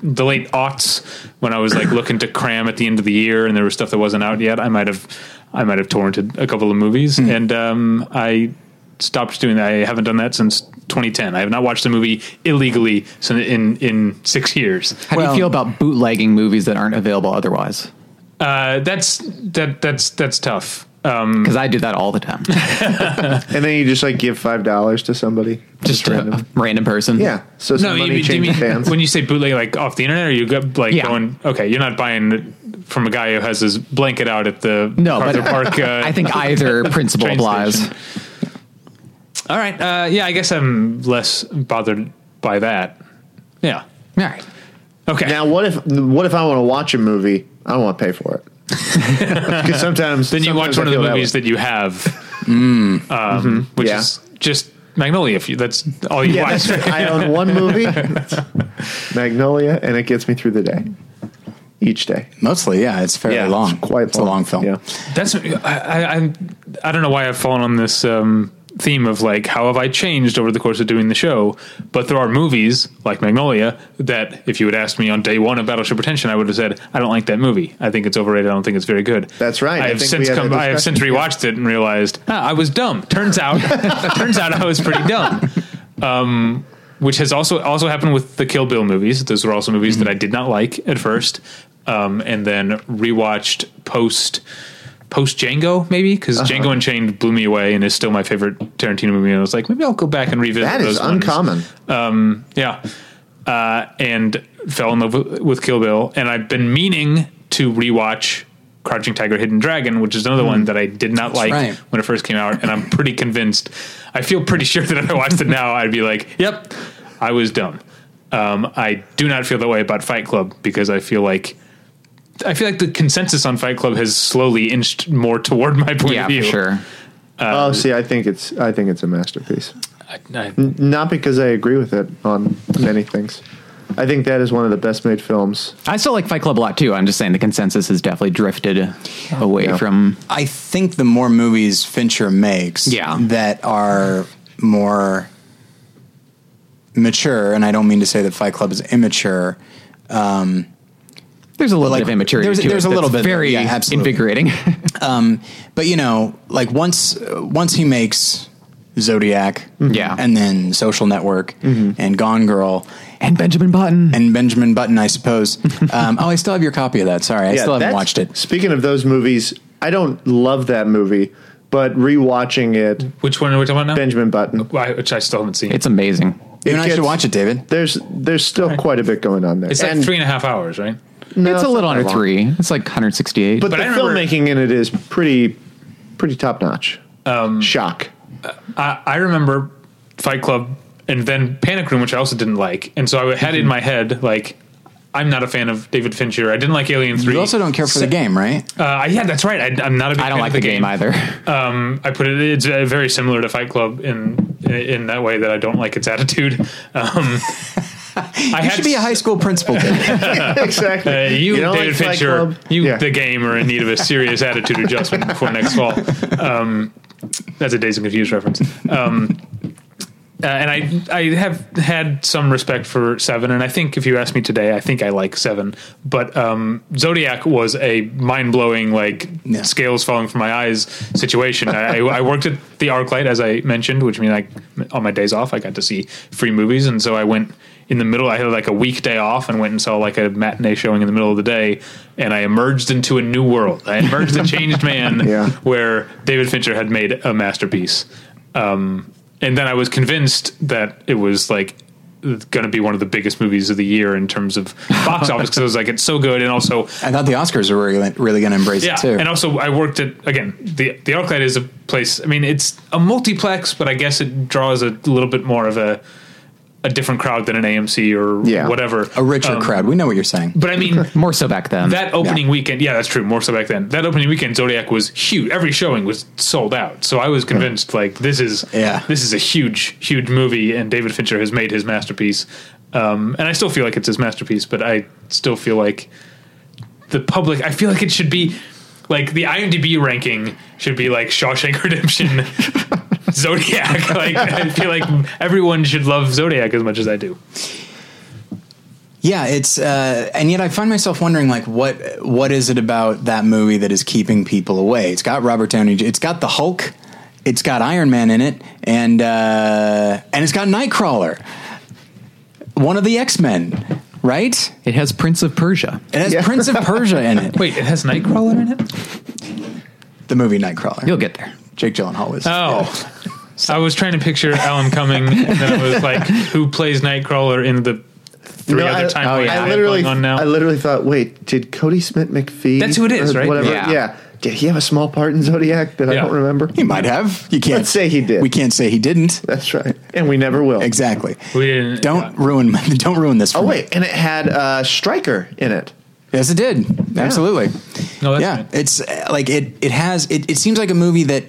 Speaker 2: The late aughts, when I was like looking to cram at the end of the year, and there was stuff that wasn't out yet, I might have, I might have torrented a couple of movies, and um, I stopped doing that. I haven't done that since 2010. I have not watched a movie illegally since in in six years.
Speaker 3: How do
Speaker 1: Well-
Speaker 3: you feel about bootlegging movies that aren't available otherwise?
Speaker 2: Uh, that's that that's that's tough. Um,
Speaker 3: Because I do that all the time.
Speaker 4: And then you just like give five dollars to somebody.
Speaker 3: Just to a random person.
Speaker 4: Yeah. So some money
Speaker 2: do
Speaker 4: changing fans.
Speaker 2: when you say bootleg, like off the internet, or you go like
Speaker 3: Yeah.
Speaker 2: going? Okay, you're not buying it from a guy who has his blanket out at the
Speaker 3: No,
Speaker 2: Arthur
Speaker 3: but
Speaker 2: Park. Uh,
Speaker 3: I think either principle
Speaker 2: Train
Speaker 3: applies.
Speaker 2: station. All right. Uh, yeah, I guess I'm less bothered by that. Yeah.
Speaker 3: All right.
Speaker 2: Okay.
Speaker 4: Now, what if what if I want to watch a movie? I don't want to pay for it. Because sometimes
Speaker 2: then you watch
Speaker 4: sometimes
Speaker 2: one of the
Speaker 4: I feel that
Speaker 2: movies
Speaker 4: way. Mm. Mm-hmm.
Speaker 2: that, you have, um, which
Speaker 4: Yeah.
Speaker 2: is just Magnolia. If you, that's all you
Speaker 4: yeah,
Speaker 2: watch.
Speaker 4: that's right. I own one movie, Magnolia, and it gets me through the day, each day.
Speaker 1: Mostly, yeah, it's fairly
Speaker 4: Yeah, it's
Speaker 1: long.
Speaker 4: quite
Speaker 1: it's a long film.
Speaker 4: Yeah.
Speaker 2: That's I, I I- I don't know why I've fallen on this um, theme of like how have I changed over the course of doing the show, but there are movies like Magnolia that if you had asked me on day one of Battleship Retention, I would have said I don't like that movie. I think it's overrated. I don't think it's very good.
Speaker 4: That's right. I
Speaker 2: I have
Speaker 4: think
Speaker 2: since
Speaker 4: we had
Speaker 2: come.
Speaker 4: that
Speaker 2: I have
Speaker 4: discussion.
Speaker 2: since rewatched it and realized ah, I was dumb. Turns out, turns out I was pretty dumb. Um, which has also also happened with the Kill Bill movies. Those were also movies
Speaker 4: Mm-hmm.
Speaker 2: that I did not like at first, um, and then rewatched post post Django maybe
Speaker 4: Uh-huh.
Speaker 2: because Django Unchained blew me away and is still my favorite Tarantino movie. And I was like, maybe I'll go back and revisit.
Speaker 4: That is
Speaker 2: those ones.
Speaker 4: uncommon.
Speaker 2: Um, yeah, uh, and fell in love with, with Kill Bill, and I've been meaning to rewatch. Crouching Tiger, Hidden Dragon, which is another
Speaker 3: Hmm.
Speaker 2: one that I did not like
Speaker 1: right.
Speaker 2: when it first came out, and I'm pretty convinced. I feel pretty sure that if I watched it now, I'd be like, "Yep, I was dumb." Um, I do not feel that way about Fight Club because I feel like I feel like the consensus on Fight Club has slowly inched more toward my point
Speaker 3: Yeah,
Speaker 2: of
Speaker 3: for
Speaker 2: view.
Speaker 3: sure.
Speaker 4: oh, see, I think it's I think it's a masterpiece.
Speaker 2: I, I,
Speaker 4: Not because I agree with it on many things. I think that is one of the best made films.
Speaker 3: I still like Fight Club a lot too. I'm just saying the consensus has definitely drifted away
Speaker 4: Yeah.
Speaker 3: from.
Speaker 1: I think the more movies Fincher makes
Speaker 3: Yeah.
Speaker 1: that are more mature, and I don't mean to say that Fight Club is immature.
Speaker 3: There's a little
Speaker 1: like,
Speaker 3: bit of immaturity.
Speaker 1: there's-
Speaker 3: to it
Speaker 1: there's a little
Speaker 3: that's
Speaker 1: bit there.
Speaker 3: Very
Speaker 1: Yeah, absolutely.
Speaker 3: invigorating.
Speaker 1: but you know, like once uh, once he makes Zodiac,
Speaker 2: Mm-hmm.
Speaker 3: Yeah.
Speaker 1: and then Social Network and Gone Girl
Speaker 3: and Benjamin Button.
Speaker 1: and Benjamin Button, I suppose. um, oh, I still have your copy of that. Sorry, I still haven't
Speaker 4: that's-
Speaker 1: watched it.
Speaker 4: Speaking of those movies, I don't love that movie, but rewatching it,
Speaker 2: which one are we talking about now?
Speaker 4: Benjamin Button.
Speaker 2: Why- which I still haven't seen. It's,
Speaker 3: it's amazing.
Speaker 1: You and I
Speaker 4: gets-
Speaker 1: should watch it, David.
Speaker 4: There's there's still quite a bit going on there.
Speaker 2: like
Speaker 4: And-
Speaker 2: three and a half hours, right?
Speaker 4: no,
Speaker 3: it's a little
Speaker 4: not
Speaker 3: under
Speaker 4: long.
Speaker 3: three. It's like 168.
Speaker 4: But,
Speaker 2: But
Speaker 4: the
Speaker 2: I remember-
Speaker 4: filmmaking in it is pretty pretty top notch. Um, Shock.
Speaker 2: I, I remember Fight Club and then Panic Room, which I also didn't like. And so I had
Speaker 1: Mm-hmm.
Speaker 2: it in my head, like, I'm not a fan of David Fincher. I didn't like Alien 3.
Speaker 1: You also don't care for the game, right?
Speaker 2: Uh, yeah, that's right. I, I'm not a big
Speaker 3: I don't
Speaker 2: fan
Speaker 3: like
Speaker 2: of
Speaker 3: the game either.
Speaker 2: um, I put it. It's uh, very similar to Fight Club in in that way that I don't like its attitude. Um, I
Speaker 1: You should be a high school principal. David.
Speaker 4: exactly.
Speaker 2: Uh, you,
Speaker 4: don't
Speaker 2: David
Speaker 4: like Fight
Speaker 2: Fincher,
Speaker 4: Club?
Speaker 2: you
Speaker 4: Yeah.
Speaker 2: the game are in need of a serious attitude adjustment before next fall. Um, that's a Days and Confused reference. Um, uh, and I, I have had some respect for Seven, and I think if you ask me today, I think I like Seven. But um, Zodiac was a mind blowing, like
Speaker 1: Yeah.
Speaker 2: scales falling from my eyes situation. I, I I worked at the ArcLight as I mentioned, which means I on my days off I got to see free movies, and so I went in the middle. I had like a weekday off and went and saw like a matinee showing in the middle of the day, and I emerged into a new world. I emerged a changed man,
Speaker 4: Yeah.
Speaker 2: where David Fincher had made a masterpiece. Um, and then I was convinced that it was like going to be one of the biggest movies of the year in terms of box office because I was like, it's so good, and also
Speaker 1: I thought the Oscars were really, really going to embrace
Speaker 2: yeah,
Speaker 1: it too.
Speaker 2: and also I worked at again the the Arclight is a place. I mean, it's a multiplex, but I guess it draws a little bit more of a a different crowd than an AMC or
Speaker 4: Yeah.
Speaker 2: whatever.
Speaker 1: a richer
Speaker 2: Um,
Speaker 1: crowd. We know what you're saying.
Speaker 2: But I mean,
Speaker 3: More so back then.
Speaker 2: that opening weekend, yeah, that's true. More so back then. That opening weekend, Zodiac was huge. Every showing was sold out. So I was convinced, like, this is
Speaker 1: Yeah.
Speaker 2: this is a huge, huge movie, and David Fincher has made his masterpiece. Um, and I still feel like it's his masterpiece, but I still feel like the public. I feel like it should be like the IMDb ranking should be like Shawshank Redemption. Zodiac, like I feel like everyone should love Zodiac as much as I do.
Speaker 1: Yeah, it's uh, and yet I find myself wondering like what what is it about that movie that is keeping people away? It's got Robert Downey, Jr. it's got the Hulk, it's got Iron Man in it, and uh, and it's got Nightcrawler, one of the X Men, right?
Speaker 3: It has Prince of Persia.
Speaker 1: It has
Speaker 4: Yeah.
Speaker 1: Prince of Persia in it.
Speaker 2: Wait, it has Nightcrawler in it?
Speaker 1: The movie Nightcrawler.
Speaker 3: You'll get there.
Speaker 1: Jake Gyllenhaal was.
Speaker 2: Oh. I was trying to picture Alan Cumming, and then I was like, who plays Nightcrawler in the three
Speaker 4: No,
Speaker 2: other
Speaker 4: I-
Speaker 2: time
Speaker 4: oh,
Speaker 2: we
Speaker 4: yeah.
Speaker 2: have
Speaker 4: I literally,
Speaker 2: going on now?
Speaker 4: I literally thought, wait, did Cody Smith McPhee?
Speaker 2: That's who it is,
Speaker 4: or
Speaker 2: right?
Speaker 4: Whatever.
Speaker 3: Yeah.
Speaker 4: Yeah. Did he have a small part in Zodiac that I
Speaker 2: Yeah.
Speaker 4: don't remember?
Speaker 1: He might have. You can't
Speaker 4: Let's say he did.
Speaker 1: We can't say he didn't.
Speaker 4: That's right. And we never will.
Speaker 1: Exactly.
Speaker 2: We didn't-
Speaker 1: Don't ruin. Don't ruin this. For
Speaker 4: Oh
Speaker 1: me.
Speaker 4: wait, and it had uh, Stryker in it.
Speaker 1: Yes, it did. Absolutely.
Speaker 2: No, that's
Speaker 1: yeah,
Speaker 2: fine.
Speaker 1: it's uh, like it. It has. It, it seems like a movie that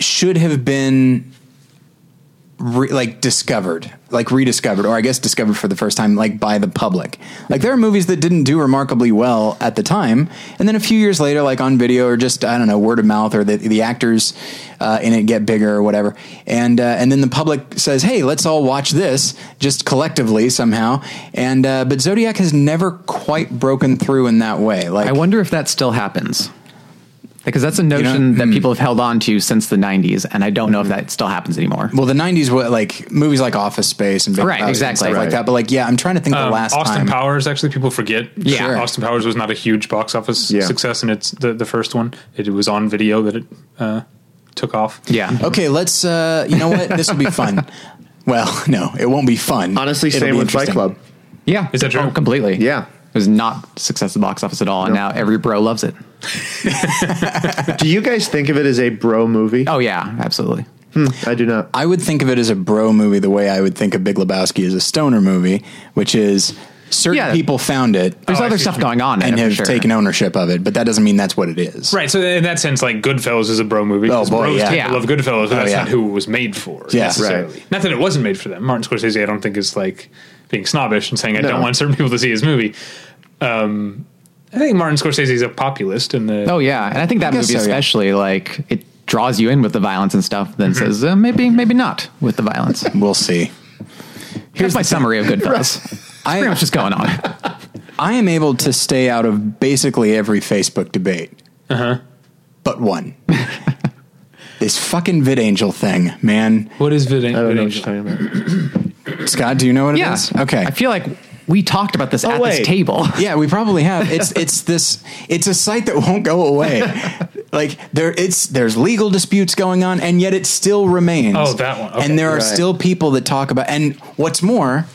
Speaker 1: should have been re, like discovered, like rediscovered, or I guess discovered for the first time, like by the public. Like there are movies that didn't do remarkably well at the time, and then a few years later, like on video or just I don't know, word of mouth, or the the actors uh, in it get bigger or whatever, and uh, and then the public says, "Hey, let's all watch this," just collectively somehow. And uh, but Zodiac has never quite broken through in that way. Like
Speaker 3: I wonder if that still happens. Because that's a notion that
Speaker 1: mm.
Speaker 3: people have held on to since the 90s, and I don't know if that still happens anymore.
Speaker 1: Well, the '90s were like movies like Office Space and Big
Speaker 3: Right,
Speaker 1: Lebowski and
Speaker 3: exactly.
Speaker 1: stuff
Speaker 4: Right.
Speaker 1: like that. But like, yeah, I'm trying to think the
Speaker 2: Um,
Speaker 1: last
Speaker 2: Austin
Speaker 1: time.
Speaker 2: Powers, actually, people forget.
Speaker 3: Yeah. Sure.
Speaker 2: Austin Powers was not a huge box office
Speaker 4: Yeah.
Speaker 2: success, and it's the, the first one. It was on video that it uh, took off.
Speaker 3: yeah.
Speaker 1: Okay, let's. Uh, you know what? This will be fun. Well, no, it won't be fun.
Speaker 4: Honestly,
Speaker 1: It'll
Speaker 4: same
Speaker 1: be
Speaker 4: with Fight
Speaker 1: interesting.
Speaker 4: Club.
Speaker 3: Yeah.
Speaker 2: Is that true?
Speaker 3: Oh, completely.
Speaker 4: Yeah.
Speaker 3: It was not success at the box office at all, and now every bro loves it.
Speaker 4: Do you guys think of it as a bro movie? Hmm,
Speaker 3: Oh, yeah, absolutely.
Speaker 4: I do not.
Speaker 1: I would think of it as a bro movie the way I would think of Big Lebowski as a stoner movie, which is certain
Speaker 3: Yeah.
Speaker 1: people found it
Speaker 3: There's
Speaker 2: Oh, I
Speaker 3: other
Speaker 2: see
Speaker 3: stuff
Speaker 2: what you
Speaker 3: going on in
Speaker 1: and
Speaker 3: it, for
Speaker 1: have
Speaker 3: sure.
Speaker 1: taken ownership of it, but that doesn't mean that's what it is.
Speaker 2: Right, so in that sense, like Goodfellas is a bro movie.
Speaker 1: Oh,
Speaker 2: 'cause
Speaker 1: boy,
Speaker 2: bros
Speaker 1: yeah.
Speaker 2: tend to
Speaker 3: Yeah.
Speaker 2: love Goodfellas, but
Speaker 1: Oh,
Speaker 2: that's
Speaker 1: yeah.
Speaker 2: not who it was made for.
Speaker 1: Yeah,
Speaker 2: necessarily.
Speaker 4: right.
Speaker 2: Not that it wasn't made for them. Martin Scorsese, I don't think is like being snobbish and saying I
Speaker 4: No.
Speaker 2: don't want certain people to see his movie. Um, I think Martin Scorsese is a populist in the
Speaker 3: Oh, yeah. And I think that
Speaker 1: guess so,
Speaker 3: movie,
Speaker 1: yeah.
Speaker 3: especially, like, it draws you in with the violence and stuff, then
Speaker 2: Mm-hmm.
Speaker 3: says, uh, maybe, maybe not with the violence.
Speaker 1: We'll see.
Speaker 3: Here's my summary of Goodfellas. That's
Speaker 1: I-
Speaker 3: pretty much just going on.
Speaker 1: I am able to stay out of basically every Facebook debate,
Speaker 3: Uh-huh.
Speaker 1: but one. this fucking VidAngel thing, man.
Speaker 2: What is Vid,
Speaker 4: I
Speaker 2: Vid
Speaker 4: don't know what
Speaker 2: Angel?
Speaker 4: you're talking about.
Speaker 1: Scott, do you know what it is?
Speaker 3: Yeah.
Speaker 1: Okay.
Speaker 3: I feel like we talked about
Speaker 2: Oh,
Speaker 3: this at
Speaker 4: wait.
Speaker 3: this table.
Speaker 1: yeah, we probably have. It's it's this it's a site that won't go away. like there it's there's legal disputes going on and yet it still remains.
Speaker 2: Oh, that one. Okay.
Speaker 1: And there are
Speaker 4: Right.
Speaker 1: still people that talk about and what's more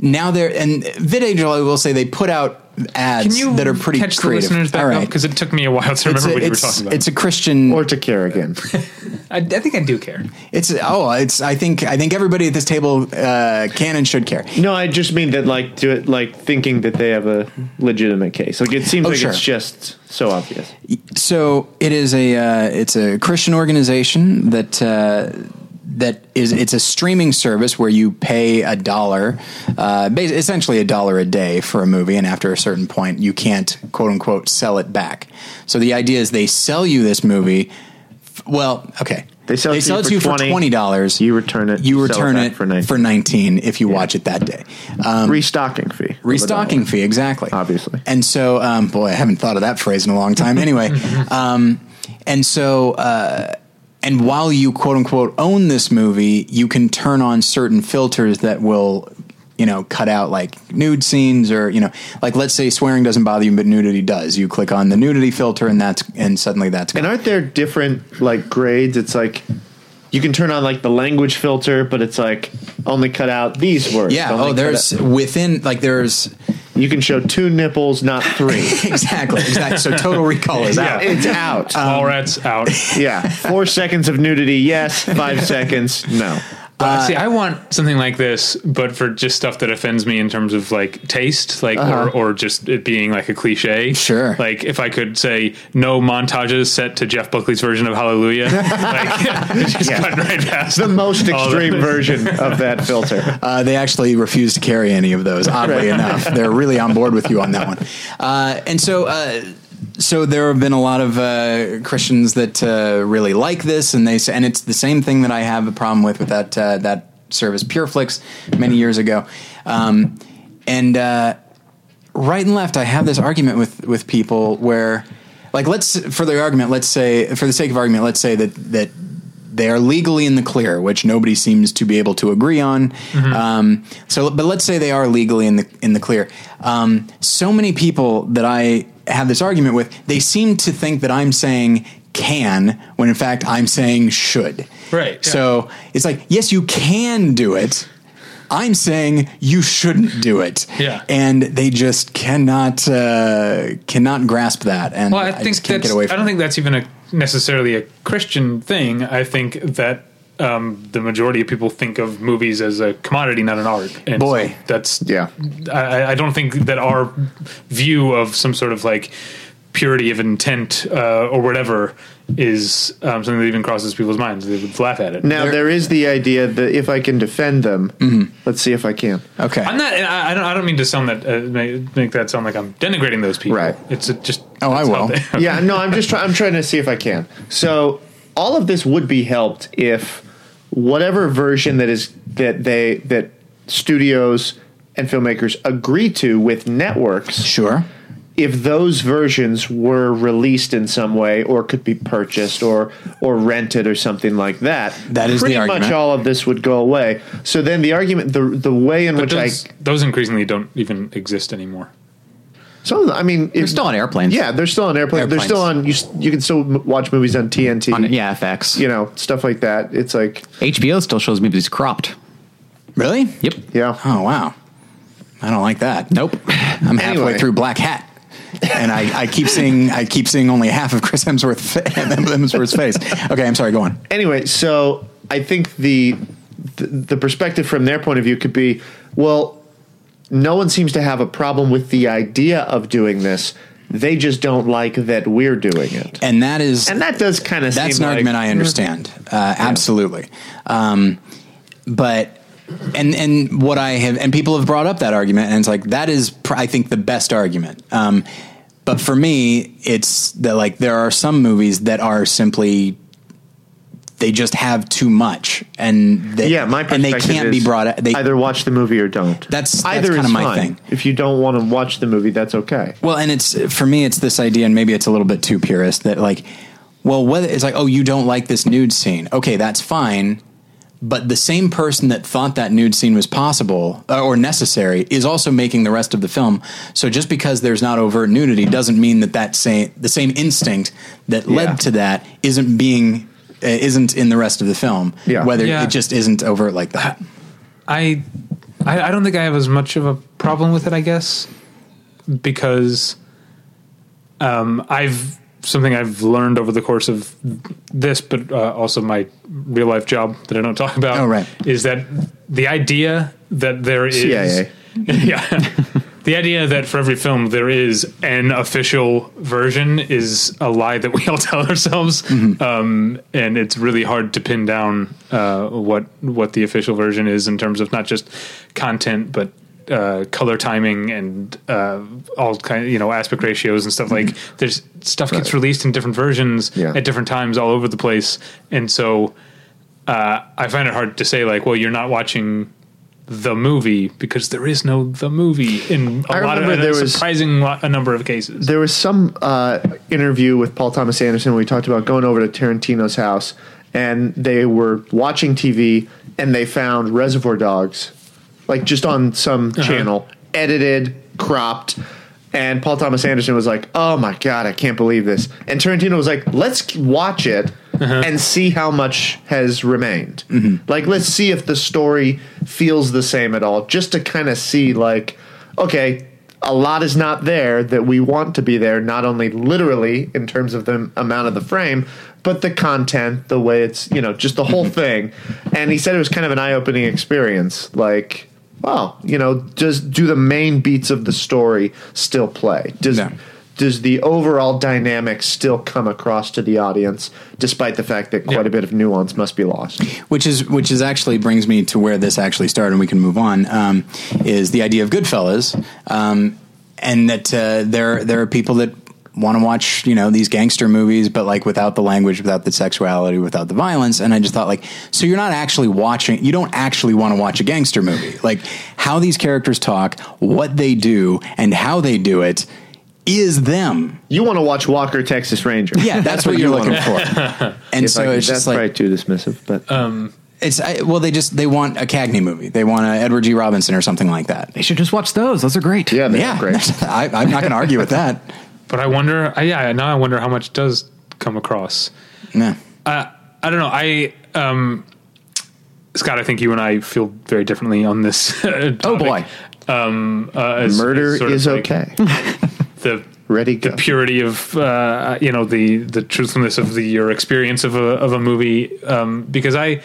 Speaker 1: now they're and VidAngel. I will say they put out ads that are pretty
Speaker 2: catch
Speaker 1: creative.
Speaker 2: the listeners back
Speaker 1: All right,
Speaker 2: because it took me a while to
Speaker 1: it's
Speaker 2: remember
Speaker 1: a,
Speaker 2: what you were
Speaker 1: it's-
Speaker 2: talking about.
Speaker 1: it's a Christian
Speaker 4: or to care again.
Speaker 2: I, I think I do care.
Speaker 1: It's oh, it's. I think I think everybody at this table uh, can and should care.
Speaker 4: no, I just mean that like to it like thinking that they have a legitimate case. Like it seems
Speaker 1: Oh,
Speaker 4: like
Speaker 1: sure.
Speaker 4: it's just so obvious.
Speaker 1: So it is a uh, it's a Christian organization that. Uh, that is, it's a streaming service where you pay a dollar, uh, bas- essentially a dollar a day for a movie, and after a certain point, you can't quote unquote sell it back. So the idea is they sell you this movie. f- well, okay,
Speaker 4: They sell it to you
Speaker 1: it
Speaker 4: for
Speaker 1: to you for
Speaker 4: 20,
Speaker 1: twenty dollars.
Speaker 4: you return it,
Speaker 1: You
Speaker 4: sell it
Speaker 1: return
Speaker 4: back
Speaker 1: it,
Speaker 4: for
Speaker 1: for
Speaker 4: 19.
Speaker 1: nineteen, if you watch it that day. Um,
Speaker 4: Restocking fee. of a
Speaker 1: restocking fee exactly
Speaker 4: Obviously.
Speaker 1: and so um, boy i haven't thought of that phrase in a long time anyway um, and so uh, and while you quote unquote own this movie you can turn on certain filters that will you know cut out like nude scenes or you know like let's say swearing doesn't bother you but nudity does you click on the nudity filter and that's and suddenly that's
Speaker 4: And aren't there different like grades? It's like you can turn on like the language filter, but it's like only cut out these words.
Speaker 1: yeah
Speaker 4: only
Speaker 1: oh
Speaker 4: cut
Speaker 1: there's
Speaker 4: out-
Speaker 1: within like there's
Speaker 4: you can show two nipples, not three.
Speaker 1: exactly exactly so total recall is out
Speaker 4: It's out. Uh,
Speaker 1: Um,
Speaker 2: All rats out.
Speaker 4: yeah, four seconds of nudity, yes. Five seconds, no.
Speaker 2: Uh, See, I want something like this, but for just stuff that offends me in terms of like taste, like or, or just it being like a cliche.
Speaker 1: Sure.
Speaker 2: Like if I could say no montages set to Jeff Buckley's version of Hallelujah, like just
Speaker 4: Yeah.
Speaker 2: cut right past
Speaker 4: The most
Speaker 2: all that.
Speaker 4: extreme version of that filter.
Speaker 1: Uh, they actually refuse to carry any of those. Oddly enough, they're really on board with you on that one. Uh, and so, uh, so there have been a lot of uh, Christians that uh, really like this, and they s- and it's the same thing that I have a problem with with that uh, that service PureFlix many years ago, um, and. Uh, right and left, I have this argument with with people where, like, let's for the argument, let's say for the sake of argument, let's say that that they are legally in the clear, which nobody seems to be able to agree on.
Speaker 2: Mm-hmm.
Speaker 1: Um, so, but let's say they are legally in the in the clear. Um, so many people that I have this argument with, they seem to think that I'm saying can when in fact I'm saying should.
Speaker 2: Right, yeah.
Speaker 1: So it's like yes, you can do it. I'm saying you shouldn't do it
Speaker 2: Yeah.
Speaker 1: and they just cannot uh, cannot grasp that, and
Speaker 2: Well, I,
Speaker 1: I,
Speaker 2: think
Speaker 1: just can't
Speaker 2: that's-
Speaker 1: get away
Speaker 2: I
Speaker 1: from.
Speaker 2: don't
Speaker 1: it.
Speaker 2: think that's even a necessarily a Christian thing. I think that um, the majority of people think of movies as a commodity, not an art. And
Speaker 1: Boy.
Speaker 2: so that's
Speaker 4: Yeah.
Speaker 2: I- I, I don't think that our view of some sort of like purity of intent uh, or whatever is um, something that even crosses people's minds. They would laugh at it.
Speaker 4: Now, there Mm-hmm. is the idea that if I can defend them, let's see if I can.
Speaker 1: Okay,
Speaker 2: I'm not. I I don't. I don't mean to sound that uh, make make that sound like I'm denigrating those people.
Speaker 4: Right.
Speaker 2: It's a, just.
Speaker 1: Oh, I
Speaker 2: that's how
Speaker 1: will.
Speaker 2: they-
Speaker 4: yeah, no, I'm just trying. I'm trying to see if I can. So all of this would be helped if whatever version that is that they that studios and filmmakers agree to with networks,
Speaker 1: sure.
Speaker 4: if those versions were released in some way or could be purchased or or rented or something like that,
Speaker 1: That is the
Speaker 4: pretty much
Speaker 1: argument.
Speaker 4: all of this would go away. So then the argument, the the way in
Speaker 2: But
Speaker 4: which I
Speaker 2: those, those increasingly don't even exist anymore.
Speaker 4: Some of them, I mean,
Speaker 3: They're still on airplanes.
Speaker 4: Yeah, they're still on airplanes. They're still on. You, s- you can still m- watch movies on TNT.
Speaker 3: On, E yeah, FX.
Speaker 4: you know stuff like that. It's like,
Speaker 3: HBO still shows movies cropped.
Speaker 1: Really?
Speaker 3: Yep.
Speaker 4: yeah,
Speaker 1: Oh wow, I don't like that.
Speaker 3: Nope.
Speaker 1: I'm halfway
Speaker 4: Anyway.
Speaker 1: through Black Hat, and I, I keep seeing I keep seeing only half of Chris Hemsworth Hemsworth's face. Okay, I'm sorry. Go on.
Speaker 4: anyway, so I think the, the the perspective from their point of view could be, well, no one seems to have a problem with the idea of doing this. They just don't like that we're doing it,
Speaker 1: And that is
Speaker 4: and that does kind of
Speaker 1: that's
Speaker 4: seem
Speaker 1: an
Speaker 4: like,
Speaker 1: argument I understand uh, absolutely, um, but and and what I have and people have brought up that argument and it's like that is pr- I think the best argument. Um, but for me, it's that like there are some movies that are simply they just have too much and they,
Speaker 4: Yeah, my
Speaker 1: and
Speaker 4: perspective
Speaker 1: they can't
Speaker 4: is
Speaker 1: be brought. They,
Speaker 4: either watch the movie or don't.
Speaker 1: That's- that's
Speaker 4: either
Speaker 1: kinda
Speaker 4: is
Speaker 1: my
Speaker 4: fine.
Speaker 1: thing.
Speaker 4: If you don't want to watch the movie, that's okay.
Speaker 1: Well, and it's for me, it's this idea, and maybe it's a little bit too purist that like, well, whether it's like, oh, you don't like this nude scene, okay, that's fine. But the same person that thought that nude scene was possible uh, or necessary is also making the rest of the film. So just because there's not overt nudity doesn't mean that that same the same instinct that
Speaker 4: Yeah.
Speaker 1: led to that isn't being uh, isn't in the rest of the film.
Speaker 4: Yeah.
Speaker 1: Whether
Speaker 2: Yeah.
Speaker 1: it just isn't overt like that.
Speaker 2: I I, I don't think I have as much of a problem with it, I guess, because um, I've something I've learned over the course of this, but uh, also my real life job that I don't talk about.
Speaker 1: Oh, right.
Speaker 2: is that the idea that there is
Speaker 4: CIA.
Speaker 2: yeah. The idea that for every film there is an official version is a lie that we all tell ourselves, um, and it's really hard to pin down uh, what what the official version is in terms of not just content but uh, color timing and uh, all kind you know aspect ratios and stuff like there's stuff gets released in different versions
Speaker 4: Yeah.
Speaker 2: at different times all over the place, and so uh, I find it hard to say like, well, you're not watching the movie because there is no the movie in a
Speaker 4: I
Speaker 2: lot of
Speaker 4: remember
Speaker 2: in
Speaker 4: there
Speaker 2: a
Speaker 4: was-
Speaker 2: surprising lot, a number of cases.
Speaker 4: there was some uh, interview with Paul Thomas Anderson where we talked about going over to Tarantino's house and they were watching TV and they found Reservoir Dogs, like just on some channel, edited, cropped. And Paul Thomas Anderson was like, "Oh my god, I can't believe this." And Tarantino was like, "Let's k- watch it and see how much has remained. Like, let's see if the story feels the same at all, just to kind of see, like, okay, a lot is not there that we want to be there, not only literally in terms of the amount of the frame, but the content, the way it's, you know, just the whole thing. And he said it was kind of an eye opening experience. Like, well, you know, does do the main beats of the story still play? Does
Speaker 1: No.
Speaker 4: does the overall dynamic still come across to the audience, despite the fact that quite a bit of nuance must be lost?
Speaker 1: which is which is actually brings me to where this actually started and we can move on um, is the idea of goodfellas um, and that uh, there there are people that want to watch you know these gangster movies but like without the language without the sexuality without the violence and i just thought like so you're not actually watching you don't actually want to watch a gangster movie like how these characters talk what they do and how they do it is them
Speaker 4: You want to watch Walker Texas Ranger?
Speaker 1: yeah that's what you're looking for and
Speaker 4: If
Speaker 1: so
Speaker 4: I could-
Speaker 1: it's
Speaker 4: that's
Speaker 1: just like
Speaker 4: probably too dismissive, but
Speaker 2: Um,
Speaker 1: it's I, well, they just they want a Cagney movie. They want a Edward G. Robinson or something like that.
Speaker 3: They should just watch those. Those are great.
Speaker 4: yeah, they're
Speaker 1: Yeah,
Speaker 4: great.
Speaker 1: I, I'm not going to argue with that.
Speaker 2: But I wonder, I, yeah, now I wonder how much does come across.
Speaker 1: No.
Speaker 2: I, I don't know. I um, Scott, I think you and I feel very differently on this.
Speaker 3: Oh boy.
Speaker 2: um, uh, as-
Speaker 4: Murder
Speaker 2: as sort of
Speaker 4: is
Speaker 2: like
Speaker 4: okay.
Speaker 2: The
Speaker 4: Ready? Go.
Speaker 2: the purity of uh, you know the the truthfulness of the your experience of a of a movie um, because I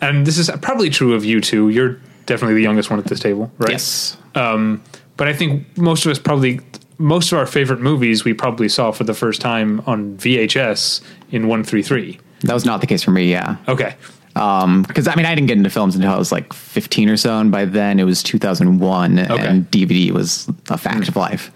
Speaker 2: and this is probably true of you two. You're definitely the youngest one at this table, right?
Speaker 3: Yes.
Speaker 2: Um, but I think most of us probably most of our favorite movies we probably saw for the first time on VHS in one three three.
Speaker 3: That was not the case for me. Yeah.
Speaker 2: Okay.
Speaker 3: Um, cause I mean, I didn't get into films until I was like 15 or so. And by then it was 2001 and DVD was a fact of life.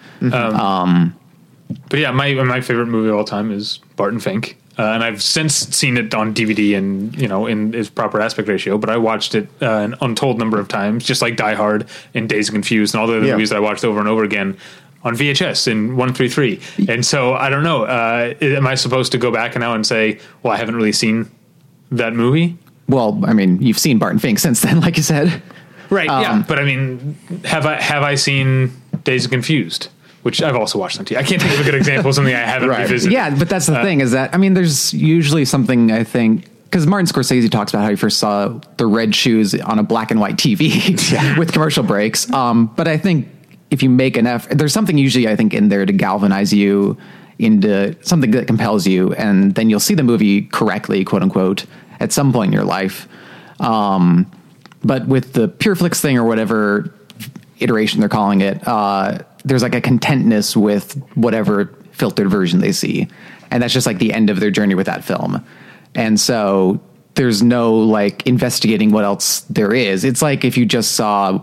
Speaker 2: But yeah, my my favorite movie of all time is Barton Fink, uh, and I've since seen it on DVD and you know in its proper aspect ratio. But I watched it uh, an untold number of times, just like Die Hard and Days and Confused and all the other
Speaker 4: Yeah.
Speaker 2: movies that I watched over and over again on VHS in one three three. And so I don't know, uh, am I supposed to go back now and say, well, I haven't really seen that movie?
Speaker 3: Well, I mean, you've seen Barton Fink since then, like you said.
Speaker 2: Right. yeah.
Speaker 3: Um,
Speaker 2: But I mean, have I have I seen Days and Confused? Which I've also watched on TV. I can't think of a good example of something I haven't
Speaker 4: Right.
Speaker 2: revisited.
Speaker 3: Yeah, but that's the thing is that I mean, there's usually something I think because Martin Scorsese talks about how he first saw the red shoes on a black and white TV with commercial breaks. Um, but I think if you make an effort, there's something usually I think in there to galvanize you into something that compels you, and then you'll see the movie correctly, quote unquote, at some point in your life. Um, but with the pure flicks thing or whatever iteration they're calling it, uh, there's like a contentness with whatever filtered version they see, and that's just like the end of their journey with that film. And so there's no like investigating what else there is. It's like if you just saw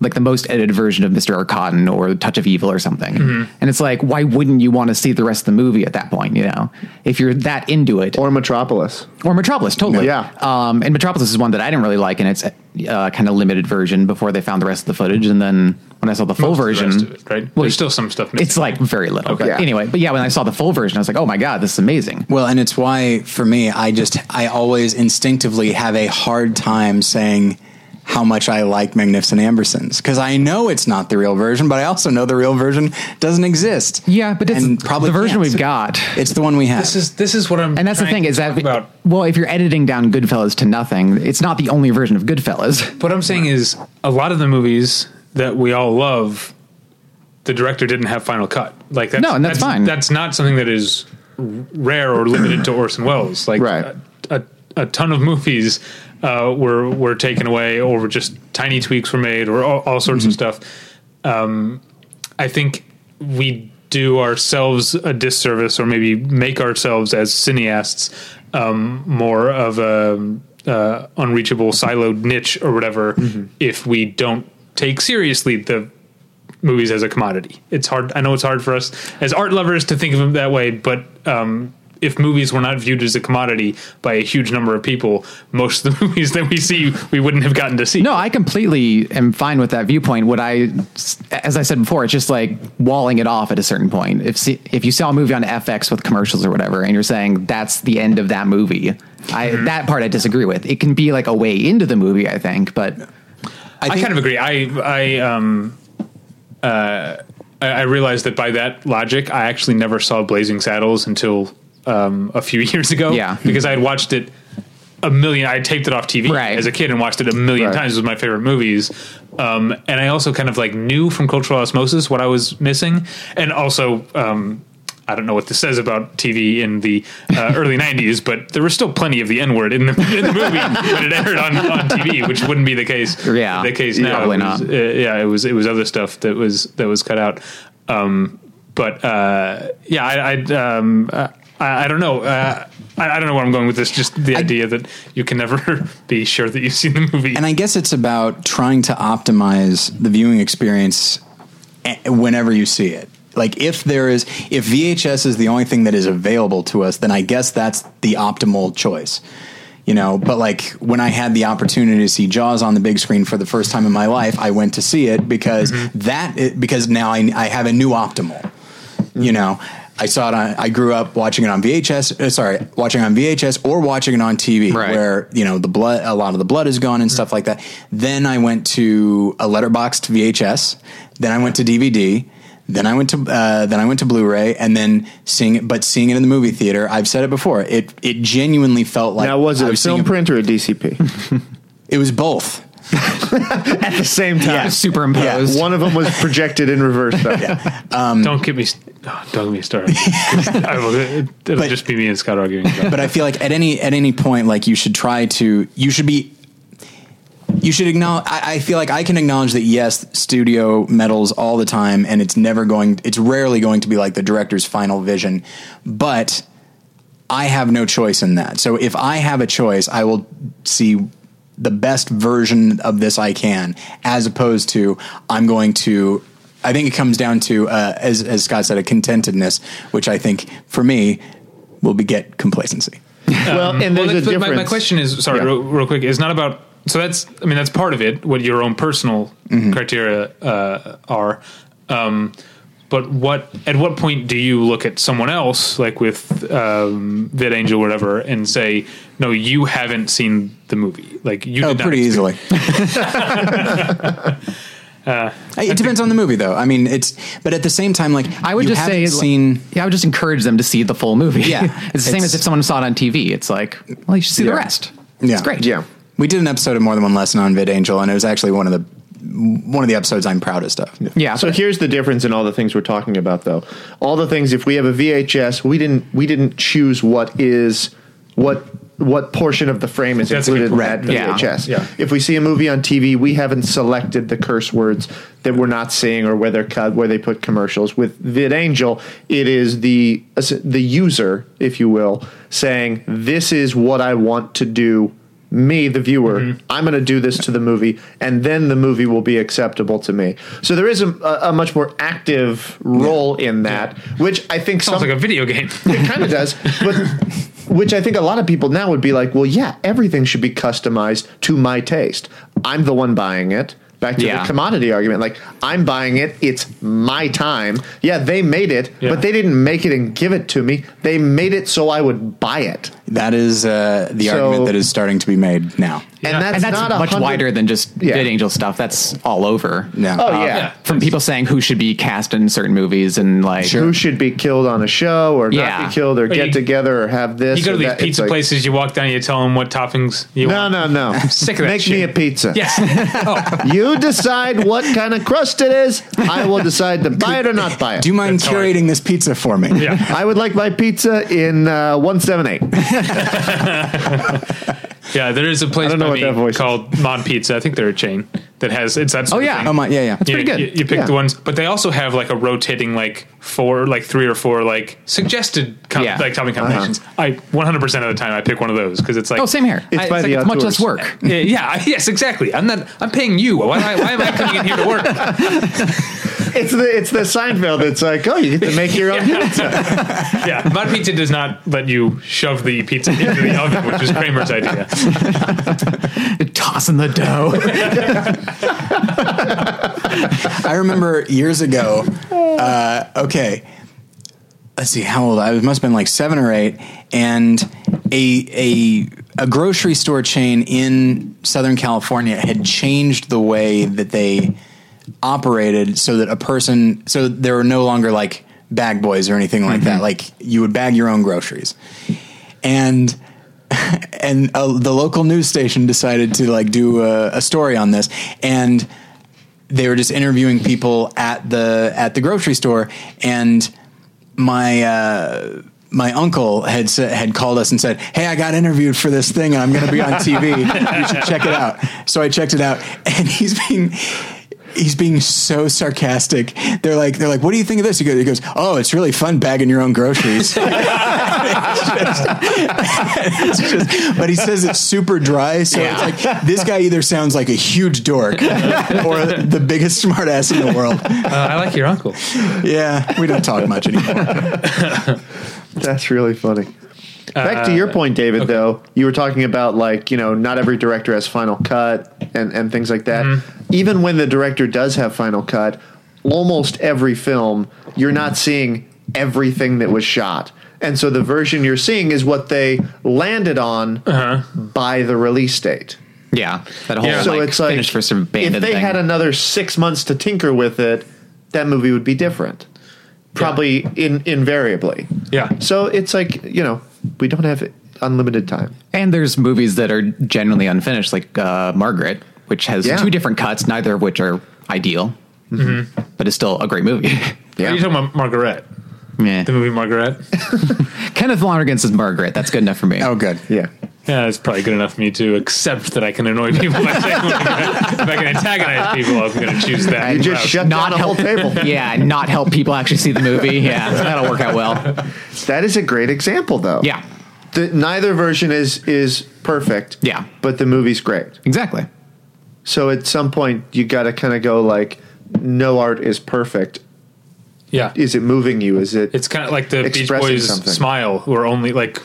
Speaker 3: like the most edited version of Mr. Arcotton or Touch of Evil or something. And it's like, why wouldn't you want to see the rest of the movie at that point? You know, if you're that into it,
Speaker 4: or Metropolis.
Speaker 3: or Metropolis, totally.
Speaker 4: Yeah.
Speaker 3: Um, and Metropolis is one that I didn't really like in its uh, kind of limited version before they found the rest of the footage. And then when I saw the full
Speaker 2: Most of the
Speaker 3: version,
Speaker 2: rest of it, right?
Speaker 3: Well,
Speaker 2: There's still some stuff missing.
Speaker 3: It's like very little. But
Speaker 4: Yeah.
Speaker 3: Anyway, but yeah, when I saw the full version, I was like, oh my God, this is amazing.
Speaker 1: Well, and it's why for me, I just I always instinctively have a hard time saying how much I like Magnificent Ambersons because I know it's not the real version, but I also know the real version doesn't exist.
Speaker 3: Yeah, but it's
Speaker 1: And
Speaker 3: probably the version
Speaker 1: can't.
Speaker 3: we've got.
Speaker 1: It's the one we have.
Speaker 2: This is this is what I'm.
Speaker 3: And that's the
Speaker 2: trying
Speaker 3: thing
Speaker 2: to
Speaker 3: is
Speaker 2: talk
Speaker 3: that
Speaker 2: about
Speaker 3: well, if you're editing down Goodfellas to nothing, it's not the only version of Goodfellas.
Speaker 2: what I'm saying is a lot of the movies that we all love, the director didn't have final cut. Like that's,
Speaker 3: No, and that's fine.
Speaker 2: That's not something that is r- rare or limited to Orson Welles. Like
Speaker 4: Right.
Speaker 2: a, a, a ton of movies uh, were were taken away, or were just tiny tweaks were made, or all, all sorts of stuff. Um, I think we do ourselves a disservice, or maybe make ourselves as cineasts um, more of a uh, unreachable, siloed niche or whatever if we don't take seriously the movies as a commodity. It's hard. I know it's hard for us as art lovers to think of them that way, but um, if movies were not viewed as a commodity by a huge number of people, most of the movies that we see, we wouldn't have gotten to see.
Speaker 3: No, I completely am fine with that viewpoint. What I, as I said before, it's just like walling it off at a certain point. If see, if you saw a movie on FX with commercials or whatever, and you're saying that's the end of that movie, I
Speaker 1: Mm-hmm.
Speaker 3: that part I disagree with. It can be like a way into the movie, I think, but
Speaker 2: I,
Speaker 1: think-
Speaker 2: kind of agree. I I um uh I, I realized that by that logic, I actually never saw Blazing Saddles until um a few years ago.
Speaker 3: Yeah.
Speaker 2: because I had watched it a million. I taped it off TV
Speaker 3: Right.
Speaker 2: as a kid and watched it a million
Speaker 4: Right.
Speaker 2: times. It was my favorite movies. Um, and I also kind of like knew from cultural osmosis what I was missing, and also. Um, I don't know what this says about TV in the uh, early '90s, but there was still plenty of the N word in the, in the movie when it aired on, on TV, which wouldn't be the case.
Speaker 3: Yeah.
Speaker 2: the case now.
Speaker 3: Probably
Speaker 2: It was-
Speaker 3: not.
Speaker 2: uh, yeah, it was it was other stuff that was that was cut out. Um, but uh, yeah, I, I um. Uh, I I don't know. Uh, I I don't know where I'm going with this. Just the idea that you can never be sure that you've seen the movie.
Speaker 1: and I guess it's about trying to optimize the viewing experience a- whenever you see it. Like if there is if VHS is the only thing that is available to us, then I guess that's the optimal choice. You know, but like when I had the opportunity to see Jaws on the big screen for the first time in my life, I went to see it because that i- because now I, I have a new optimal
Speaker 4: Mm-hmm.
Speaker 1: you know i saw it on i grew up watching it on vhs uh, sorry watching it on vhs or watching it on tv
Speaker 3: Right.
Speaker 1: where you know the blood a lot of the blood is gone and stuff like that then i went to a letterboxed vhs then i went to dvd then I went to uh, then I went to Blu-ray, and then seeing it, but seeing it in the movie theater. I've said it before. It it genuinely felt like
Speaker 4: Now, was
Speaker 1: I
Speaker 4: it a
Speaker 1: seeing
Speaker 4: film print or a DCP?
Speaker 1: It was both.
Speaker 4: At the same time,
Speaker 3: superimposed.
Speaker 4: one of them was projected in reverse. Though.
Speaker 2: don't get me. st- oh, don't get me started. I will, it, will
Speaker 1: But-
Speaker 2: just be me and Scott arguing. About
Speaker 1: but I feel like at any at any point, like you should try to you should be you should acknowledge. I, I feel like I can acknowledge that yes, studio medals all the time, and it's never going. It's rarely going to be like the director's final vision, but I have no choice in that. So if I have a choice, I will see the best version of this I can, as opposed to I'm going to. I think it comes down to, uh, as, as Scott said, a contentedness, which I think for me will beget complacency.
Speaker 4: well, and there's
Speaker 2: Well,
Speaker 4: a
Speaker 2: that's- but
Speaker 4: difference.
Speaker 2: My, my question is, sorry,
Speaker 4: Yeah.
Speaker 2: real, real quick, is not about. So that's, I mean, that's part of it. What your own personal
Speaker 4: Mm-hmm.
Speaker 2: criteria uh, are, um, but what at what point do you look at someone else, like with um, VidAngel, or whatever, and say, no, you haven't seen the movie. Like you
Speaker 1: Oh,
Speaker 2: did not
Speaker 1: pretty
Speaker 2: experience-
Speaker 1: easily. it depends on the movie, though. I mean, it's but at the same time, like
Speaker 3: I would
Speaker 1: you
Speaker 3: just say,
Speaker 1: haven't
Speaker 3: like-
Speaker 1: seen.
Speaker 3: yeah, I would just encourage them to see the full movie.
Speaker 1: Yeah.
Speaker 3: it's the same
Speaker 1: It's-
Speaker 3: as if someone saw it on TV. It's like, well, you should see
Speaker 4: Yeah.
Speaker 3: the rest.
Speaker 1: Yeah.
Speaker 3: it's great.
Speaker 4: yeah,
Speaker 1: We did an episode of More Than One Lesson on Vid Angel, and it was actually one of the one of the episodes I'm proudest of.
Speaker 3: yeah.
Speaker 4: So here's the difference in all the things we're talking about, though. All the things, if we have a VHS, we didn't we didn't choose what is what what portion of the frame is
Speaker 2: That's a
Speaker 4: included
Speaker 2: good
Speaker 4: in
Speaker 2: point.
Speaker 4: that
Speaker 3: Yeah.
Speaker 4: VHS.
Speaker 2: Yeah.
Speaker 4: If we see a movie on TV, we haven't selected the curse words that we're not seeing or where they're cut, where they put commercials. With VidAngel, it is the the user, if you will, saying this is what I want to do. Me, the viewer,
Speaker 2: Mm-hmm.
Speaker 4: I'm going to do this to the movie, and then the movie will be acceptable to me. So there is a, a, a much more active role in that, which I think
Speaker 2: Sounds
Speaker 4: some,
Speaker 2: like a video game.
Speaker 4: it kind of does, but which I think a lot of people now would be like, well, yeah, everything should be customized to my taste. I'm the one buying it. Back to
Speaker 3: Yeah.
Speaker 4: the commodity argument, like I'm buying it. It's my time. Yeah, they made it,
Speaker 2: Yeah.
Speaker 4: but they didn't make it and give it to me. They made it so I would buy it.
Speaker 1: That is uh, the
Speaker 4: So-
Speaker 1: argument that is starting to be made now.
Speaker 4: And that's,
Speaker 3: and that's
Speaker 4: not a
Speaker 3: much
Speaker 4: hundred-
Speaker 3: wider than just
Speaker 4: Yeah.
Speaker 3: Dead Angel stuff. That's all over.
Speaker 1: Yeah.
Speaker 4: Oh
Speaker 1: Uh,
Speaker 4: yeah.
Speaker 2: yeah.
Speaker 3: From people saying who should be cast in certain movies and like
Speaker 4: Who should be killed on a show or
Speaker 3: Yeah.
Speaker 4: not be killed or,
Speaker 2: you-
Speaker 4: get together or have this?
Speaker 2: You go
Speaker 4: or
Speaker 2: to these
Speaker 4: that. It's
Speaker 2: pizza
Speaker 4: like,
Speaker 2: places, you walk down, you tell them what toppings you
Speaker 4: No,
Speaker 2: want.
Speaker 4: no, no.
Speaker 2: sick of that
Speaker 4: Make me
Speaker 2: shit.
Speaker 4: a pizza.
Speaker 2: Yes. Oh,
Speaker 4: You decide what kind of crust it is. I will decide to buy it or not buy it.
Speaker 1: Do you mind
Speaker 2: That's how I-
Speaker 1: curating this pizza for me?
Speaker 2: yeah.
Speaker 4: I would like my pizza in uh, 178.
Speaker 2: Yeah. There is a place
Speaker 4: I don't know
Speaker 2: by
Speaker 4: what
Speaker 2: me
Speaker 4: that voice is.
Speaker 2: called Mod Pizza. I think they're a chain that has it's that. Sort
Speaker 3: Oh,
Speaker 2: of
Speaker 3: yeah.
Speaker 2: thing.
Speaker 1: Oh my, yeah, yeah.
Speaker 3: That's pretty
Speaker 2: you,
Speaker 3: good.
Speaker 2: You, you pick
Speaker 4: Yeah.
Speaker 2: the ones, but they also have like a rotating like four, like three or four like suggested com-
Speaker 3: Yeah.
Speaker 2: like topping combinations.
Speaker 4: Uh-huh.
Speaker 2: I 100 percent of the time I pick one of those because it's like
Speaker 3: oh, same here.
Speaker 4: It's by the
Speaker 3: it's much
Speaker 4: outdoors.
Speaker 3: less work.
Speaker 2: Yeah, yeah, I- yes, exactly. I'm not. I'm paying you. Why, am I- why am I coming in here to work?
Speaker 4: It's the it's the Seinfeld. It's like oh, you get to make your own.
Speaker 2: Yeah, Mod Pizza does not let you shove the pizza into the oven, which is Kramer's idea.
Speaker 3: Tossing the dough.
Speaker 1: I remember years ago. Uh, okay, let's see how old I was. Must have been like seven or eight, and a a a grocery store chain in Southern California had changed the way that they operated so that a person so there were no longer like bag boys or anything like that. Like you would bag your own groceries, and and uh, the local news station decided to like do a, a story on this and they were just interviewing people at the at the grocery store and my uh my uncle had sa- had called us and said, "Hey, I got interviewed for this thing, and I'm going to be on TV. you should check it out." So I checked it out, and he's being he's being so sarcastic. They're like, "They're like, what do you think of this?" He goes, "He goes, oh, it's really fun bagging your own groceries." It's just- but he says it's super dry. So it's like this guy either sounds like a huge dork or the biggest smartass in the world.
Speaker 2: Uh, I like your uncle.
Speaker 1: Yeah, we don't talk much anymore.
Speaker 4: That's really funny. Back to your point, David. Though you were talking about like you know not every director has Final Cut and and things like that. Even when the director does have Final Cut, almost every film you're not seeing everything that was shot, and so the version you're seeing is what they landed on by the release date.
Speaker 3: yeah. That whole
Speaker 2: Yeah.
Speaker 4: So
Speaker 3: like,
Speaker 4: it's like
Speaker 3: finished versus abandoned
Speaker 4: if they
Speaker 3: thing.
Speaker 4: had another six months to tinker with it, that movie would be different. Probably in invariably.
Speaker 2: Yeah.
Speaker 4: So it's like you know we don't have unlimited time.
Speaker 3: And there's movies that are genuinely unfinished, like uh, Margaret, which has
Speaker 4: Yeah. Mm-hmm.
Speaker 3: two different cuts, neither of which are ideal, Mm-hmm. but it's still a great movie.
Speaker 2: Are you talking about Margaret?
Speaker 3: yeah.
Speaker 2: The movie Margaret?
Speaker 3: Kenneth Lonergan says Margaret. That's good enough for me.
Speaker 1: Oh, good.
Speaker 4: Yeah.
Speaker 2: Yeah, that's probably good enough for me too. Except that I can annoy people by saying Margaret. if I can antagonize people, I'm going to choose that.
Speaker 4: You just
Speaker 2: route.
Speaker 4: shut
Speaker 3: Not
Speaker 4: down a whole table.
Speaker 3: Yeah, and not help people actually see the movie. Yeah, that'll work out well.
Speaker 4: That is a great example, though.
Speaker 3: Yeah,
Speaker 4: The, neither version is is perfect.
Speaker 3: Yeah.
Speaker 4: But the movie's great.
Speaker 3: exactly.
Speaker 4: So at some point you got to kind of go like, no art is perfect.
Speaker 2: Yeah.
Speaker 4: Is it moving you? Is it?
Speaker 2: It's kind of like the Beach
Speaker 4: Expressing
Speaker 2: Boys
Speaker 4: something.
Speaker 2: smile. We're only like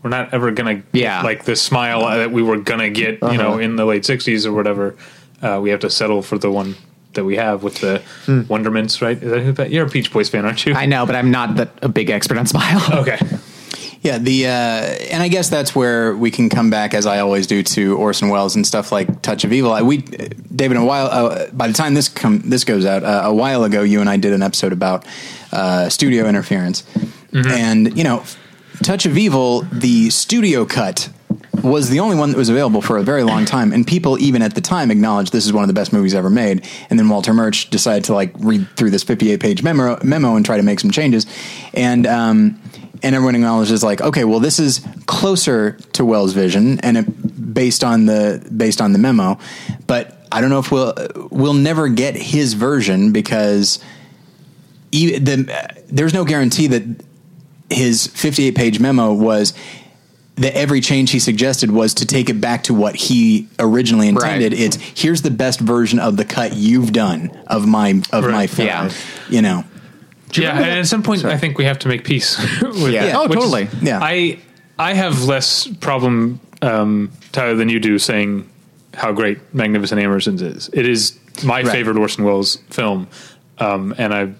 Speaker 2: we're not ever gonna get,
Speaker 3: Yeah.
Speaker 2: like the smile that we were gonna get you know
Speaker 4: Uh-huh.
Speaker 2: in the late '60s or whatever. Uh, we have to settle for the one that we have with the
Speaker 4: Hmm.
Speaker 2: Wonderments, right? Is that who that? You're a Beach Boys fan, aren't you?
Speaker 3: I know, but I'm not that, a big expert on smile.
Speaker 2: okay.
Speaker 1: Yeah, the uh, and I guess that's where we can come back, as I always do, to Orson Welles and stuff like Touch of Evil. I, we, David, a while uh, by the time this come this goes out, uh, a while ago, you and I did an episode about uh, studio interference, and you know, Touch of Evil, the studio cut was the only one that was available for a very long time, and people even at the time acknowledged this is one of the best movies ever made. And then Walter Murch decided to like read through this 58 page memo, memo and try to make some changes, and um, and everyone acknowledges like, okay, well, this is closer to Wells' vision, and it, based on the based on the memo, but I don't know if we'll we'll never get his version because e- the, there's no guarantee that his 58 page memo was that every change he suggested was to take it back to what he originally intended.
Speaker 3: Right.
Speaker 1: It's here's the best version of the cut you've done of my of my
Speaker 2: Right.
Speaker 1: film.
Speaker 3: Yeah.
Speaker 1: You know,
Speaker 2: Yeah, and at some point, I think we have to make peace. with
Speaker 4: Yeah.
Speaker 2: that,
Speaker 3: Oh,
Speaker 2: which is-
Speaker 3: totally.
Speaker 1: Yeah.
Speaker 2: I I have less problem, um, Tyler, than you do saying how great Magnificent Ambersons is. It is my favorite Orson Welles film, um, and I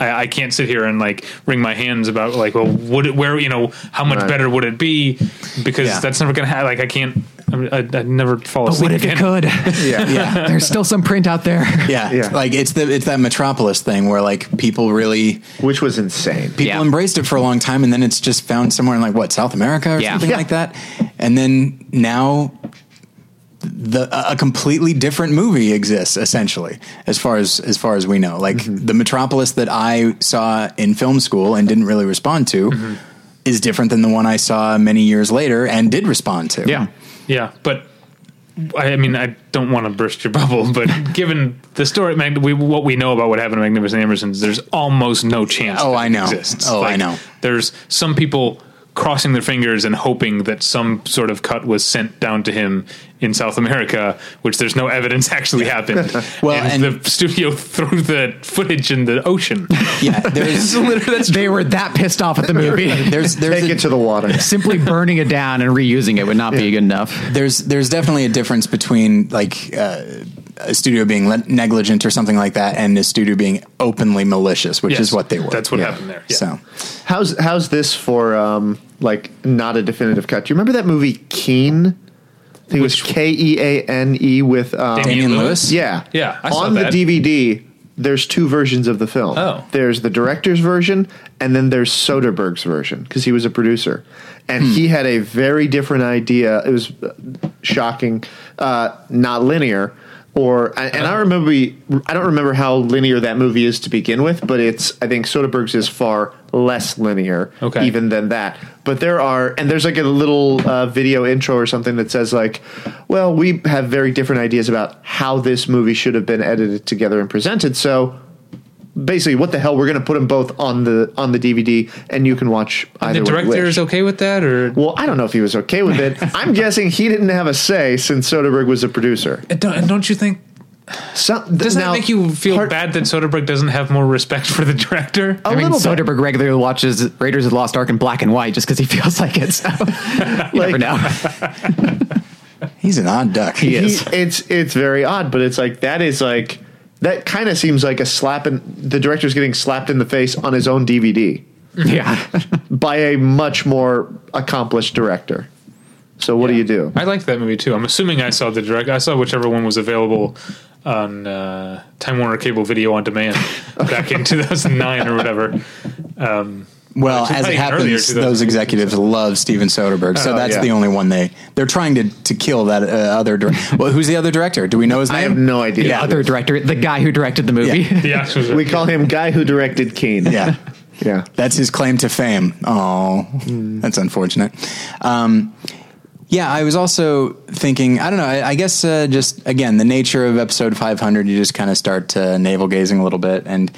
Speaker 2: I, I can't sit here and like wring my hands about like, well, would it, where you know how much
Speaker 4: Right.
Speaker 2: better would it be? Because
Speaker 3: Yeah.
Speaker 2: that's never gonna happen. Like I can't. I, I, I'd never fall
Speaker 3: But
Speaker 2: asleep
Speaker 3: what if
Speaker 2: again.
Speaker 3: it could?
Speaker 4: Yeah.
Speaker 3: yeah. There's still some print out there.
Speaker 1: Yeah.
Speaker 4: Yeah.
Speaker 1: Like it's the it's that Metropolis thing where like people really
Speaker 4: which was insane.
Speaker 1: people
Speaker 3: Yeah.
Speaker 1: embraced it for a long time and then it's just found somewhere in like what South America or
Speaker 3: Yeah.
Speaker 1: something
Speaker 4: Yeah.
Speaker 1: like that. And then now the a- a completely different movie exists essentially as far as as far as we know. Like the Metropolis that I saw in film school and didn't really respond to is different than the one I saw many years later and did respond to.
Speaker 3: Yeah.
Speaker 2: Yeah, but I I mean, I don't want to burst your bubble, but given the story, Mag- we, what we know about what happened to Magnificent Ambersons, there's almost no chance.
Speaker 1: Oh,
Speaker 2: that
Speaker 1: I
Speaker 2: it
Speaker 1: know.
Speaker 2: Exists.
Speaker 1: Oh, I know.
Speaker 2: There's some people crossing their fingers and hoping that some sort of cut was sent down to him in South America, which there's no evidence actually happened.
Speaker 1: Well,
Speaker 2: and,
Speaker 1: and-
Speaker 2: the studio threw the footage in the ocean.
Speaker 1: Yeah, there's
Speaker 3: they were that pissed off at the movie.
Speaker 1: there's there's
Speaker 4: Take
Speaker 1: a-
Speaker 4: it to the water.
Speaker 3: Simply burning it down and reusing it would not be good enough.
Speaker 1: there's there's definitely a difference between like uh, a studio being le- negligent or something like that and a studio being openly malicious, which is
Speaker 2: Yes,
Speaker 1: what they were.
Speaker 2: That's what
Speaker 4: Yeah.
Speaker 2: happened there. Yeah.
Speaker 1: So
Speaker 4: How's how's this for um like not a definitive cut? Do you remember that movie Keen? I think it was K E A N E with um,
Speaker 1: Damian
Speaker 2: Damian Lewis?
Speaker 1: Lewis,
Speaker 4: yeah
Speaker 2: Yeah, I saw
Speaker 4: on the
Speaker 2: that.
Speaker 4: DVD. There's two versions of the film.
Speaker 2: Oh.
Speaker 4: There's the director's version, and then there's Soderbergh's version because he was a producer, and
Speaker 2: Hmm.
Speaker 4: he had a very different idea. It was uh, shocking, uh, not linear. Or and and I
Speaker 2: Oh.
Speaker 4: remember, I don't remember how linear that movie is to begin with, but it's I think Soderbergh's is far less linear,
Speaker 2: Okay.
Speaker 4: even than that. But there are, and there's like a little uh, video intro or something that says like, "Well, we have very different ideas about how this movie should have been edited together and presented." So basically, what the hell? We're going to put them both on the on the DVD, and you can watch either.
Speaker 2: the
Speaker 4: one you
Speaker 2: director
Speaker 4: wish.
Speaker 2: is okay with that, or
Speaker 4: Well, I don't know if he was okay with it. I'm guessing he didn't have a say since Soderbergh was a producer.
Speaker 2: don't, don't you think
Speaker 4: Some,
Speaker 2: Doesn't
Speaker 4: now,
Speaker 2: that make you feel
Speaker 4: part-
Speaker 2: bad that Soderbergh doesn't have more respect for the director?
Speaker 4: A
Speaker 3: I mean,
Speaker 4: little bit.
Speaker 3: Soderbergh regularly watches Raiders of the Lost Ark in black and white just because he feels like it. So you
Speaker 4: Like-
Speaker 3: never know.
Speaker 1: he's an odd duck.
Speaker 3: He is.
Speaker 4: He- it's it's very odd, but it's like that is like that kind of seems like a slap in the director's getting slapped in the face on his own DVD
Speaker 3: Yeah.
Speaker 4: by a much more accomplished director. So what do you do?
Speaker 2: I liked that movie too. I'm assuming I saw the direct. I saw whichever one was available on uh, Time Warner Cable Video on Demand back in 2009 or whatever. Um,
Speaker 1: Well,
Speaker 2: Actually,
Speaker 1: as
Speaker 2: not
Speaker 1: it
Speaker 2: even earlier,
Speaker 1: happens,
Speaker 2: 2000.
Speaker 1: those executives love Steven Soderbergh, so
Speaker 4: Oh,
Speaker 1: that's
Speaker 4: yeah.
Speaker 1: the only one they they're trying to to kill that uh, other director. well, who's the other director? Do we know his name?
Speaker 4: I have no idea.
Speaker 1: Yeah.
Speaker 3: Other director, the guy who directed the movie.
Speaker 1: Yeah.
Speaker 2: the actors.
Speaker 4: We call him guy who directed Keen.
Speaker 1: Yeah.
Speaker 4: Yeah.
Speaker 1: That's his claim to fame. Oh, that's unfortunate. Um, yeah, I was also thinking. I don't know. I, I guess uh, just again the nature of episode 500. You just kind of start to navel gazing a little bit, and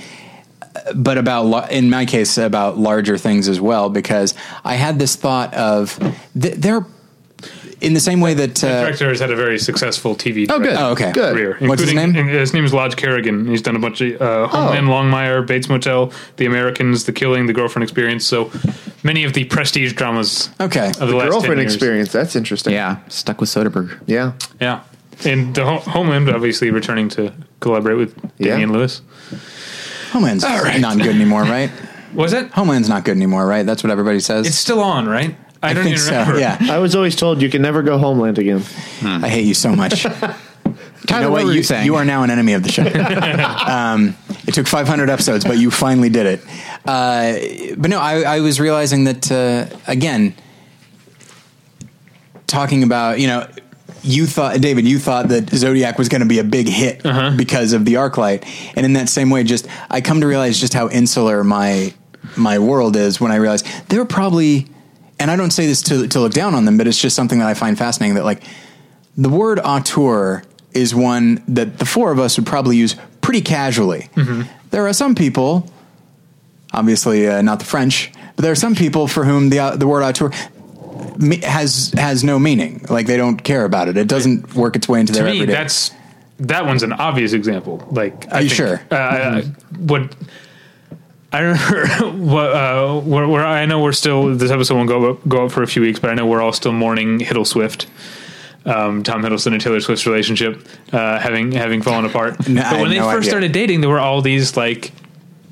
Speaker 1: uh, but about la- in my case about larger things as well because I had this thought of th- they're in the same way that
Speaker 2: the
Speaker 1: uh,
Speaker 2: director has had a very successful TV.
Speaker 3: Oh, good.
Speaker 1: oh okay
Speaker 4: Good.
Speaker 2: Career,
Speaker 1: What's his
Speaker 2: including-
Speaker 1: name?
Speaker 2: and His name is Lodge Kerrigan. He's done a bunch of uh, Homeland, Longmire, Bates Motel, The Americans, The Killing, The Girlfriend Experience. So many of the prestige dramas
Speaker 1: Okay.
Speaker 2: of the, last 10
Speaker 4: Girlfriend
Speaker 2: years.
Speaker 4: experience. That's interesting.
Speaker 3: Yeah. Stuck with Soderbergh.
Speaker 4: Yeah.
Speaker 2: Yeah, and the Ho- Homeland obviously returning to collaborate with
Speaker 4: Yeah.
Speaker 2: Damian Lewis.
Speaker 1: Homeland's not good anymore, right?
Speaker 2: Was it?
Speaker 1: Homeland's not good anymore, right? That's what everybody says.
Speaker 2: It's still on, right? I, don't
Speaker 1: think
Speaker 2: even
Speaker 1: so.
Speaker 2: remember.
Speaker 1: Yeah,
Speaker 4: I was always told you can never go homeland again.
Speaker 1: I hate you so much.
Speaker 3: Tyler,
Speaker 1: You know
Speaker 3: what,
Speaker 1: what?
Speaker 3: were you,
Speaker 1: You,
Speaker 3: saying?
Speaker 1: you are now an enemy of the show. um, it took 500 episodes, but you finally did it. Uh, but no, I, I was realizing that, uh, again, talking about, you know, you thought, David, you thought that Zodiac was going to be a big hit because of the arc light. And in that same way, just, I come to realize just how insular my, my world is when I realize they're probably, and I don't say this to, to look down on them, but it's just something that I find fascinating that like, the word auteur is one that the four of us would probably use pretty casually.
Speaker 3: Mm-hmm.
Speaker 1: There are some people, obviously uh, not the French, but there are some people for whom the uh, the word auteur me- has has no meaning. Like they don't care about it. It doesn't work its way into
Speaker 2: To
Speaker 1: their
Speaker 2: me,
Speaker 1: everyday.
Speaker 2: that's that one's an obvious example. Like,
Speaker 1: Are you sure? Mm-hmm.
Speaker 2: Uh, What I remember, what, uh, where, where I know we're still this episode won't go up, go up for a few weeks, but I know we're all still mourning Hiddle Swift. Um, Tom Hiddleston and Taylor Swift's relationship uh, having having fallen apart.
Speaker 1: No, I
Speaker 2: but when
Speaker 1: had
Speaker 2: they
Speaker 1: no
Speaker 2: first
Speaker 1: idea.
Speaker 2: started dating, there were all these like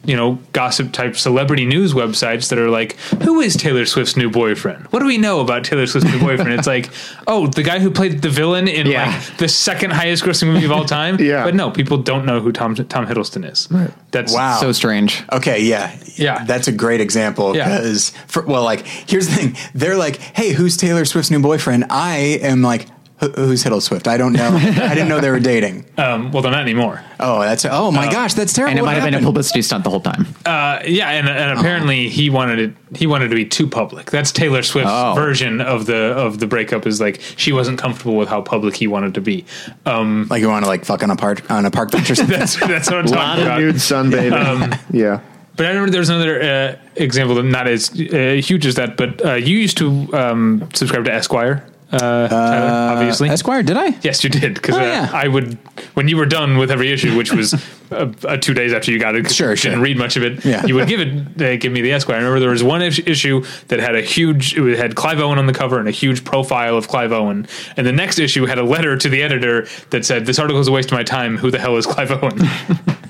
Speaker 2: you know, gossip type celebrity news websites that are like, who is Taylor Swift's new boyfriend? What do we know about Taylor Swift's new boyfriend? It's like, oh, the guy who played the villain in
Speaker 3: Yeah.
Speaker 2: like the second highest grossing movie of all time.
Speaker 4: Yeah.
Speaker 2: But no, people don't know who Tom Tom Hiddleston is. Right. That's
Speaker 1: Wow.
Speaker 3: So strange.
Speaker 1: Okay, yeah.
Speaker 2: Yeah.
Speaker 1: That's a great example
Speaker 2: Yeah.
Speaker 1: because for well like here's the thing. They're like, "Hey, who's Taylor Swift's new boyfriend?" I am like, "Who- "Who's Hiddle Swift?" I don't know. I didn't know they were dating.
Speaker 2: Um, well, they're not anymore.
Speaker 1: Oh, that's oh my gosh, that's terrible.
Speaker 3: Uh, And it
Speaker 1: What
Speaker 3: might have been a
Speaker 1: happened?
Speaker 3: publicity stunt the whole time.
Speaker 2: Uh, yeah, and, and apparently he wanted it. He wanted to be too public. That's Taylor Swift's
Speaker 3: Oh.
Speaker 2: version of the of the breakup. Is like she wasn't comfortable with how public he wanted to be. Um,
Speaker 1: like you want to like fuck on a park on a park bench or something.
Speaker 2: that's that's what I'm
Speaker 4: A lot
Speaker 2: talking
Speaker 4: of
Speaker 2: about. Um,
Speaker 4: nude sunbathing. yeah.
Speaker 2: But I remember there was another uh, example, that not as uh, huge as that, but uh, you used to um, subscribe to Esquire, uh, Tyler, obviously.
Speaker 1: Esquire, did I?
Speaker 2: yes, you did, because
Speaker 1: Oh,
Speaker 2: uh,
Speaker 1: yeah.
Speaker 2: I would, when you were done with every issue, which was uh, uh, two days after you got it, 'cause
Speaker 1: Sure,
Speaker 2: you didn't
Speaker 1: sure.
Speaker 2: read much of it,
Speaker 1: Yeah.
Speaker 2: you would give it, uh, give me the Esquire. I remember there was one is- issue that had a huge, it had Clive Owen on the cover and a huge profile of Clive Owen, and the next issue had a letter to the editor that said, "This article is a waste of my time. Who the hell is Clive Owen?"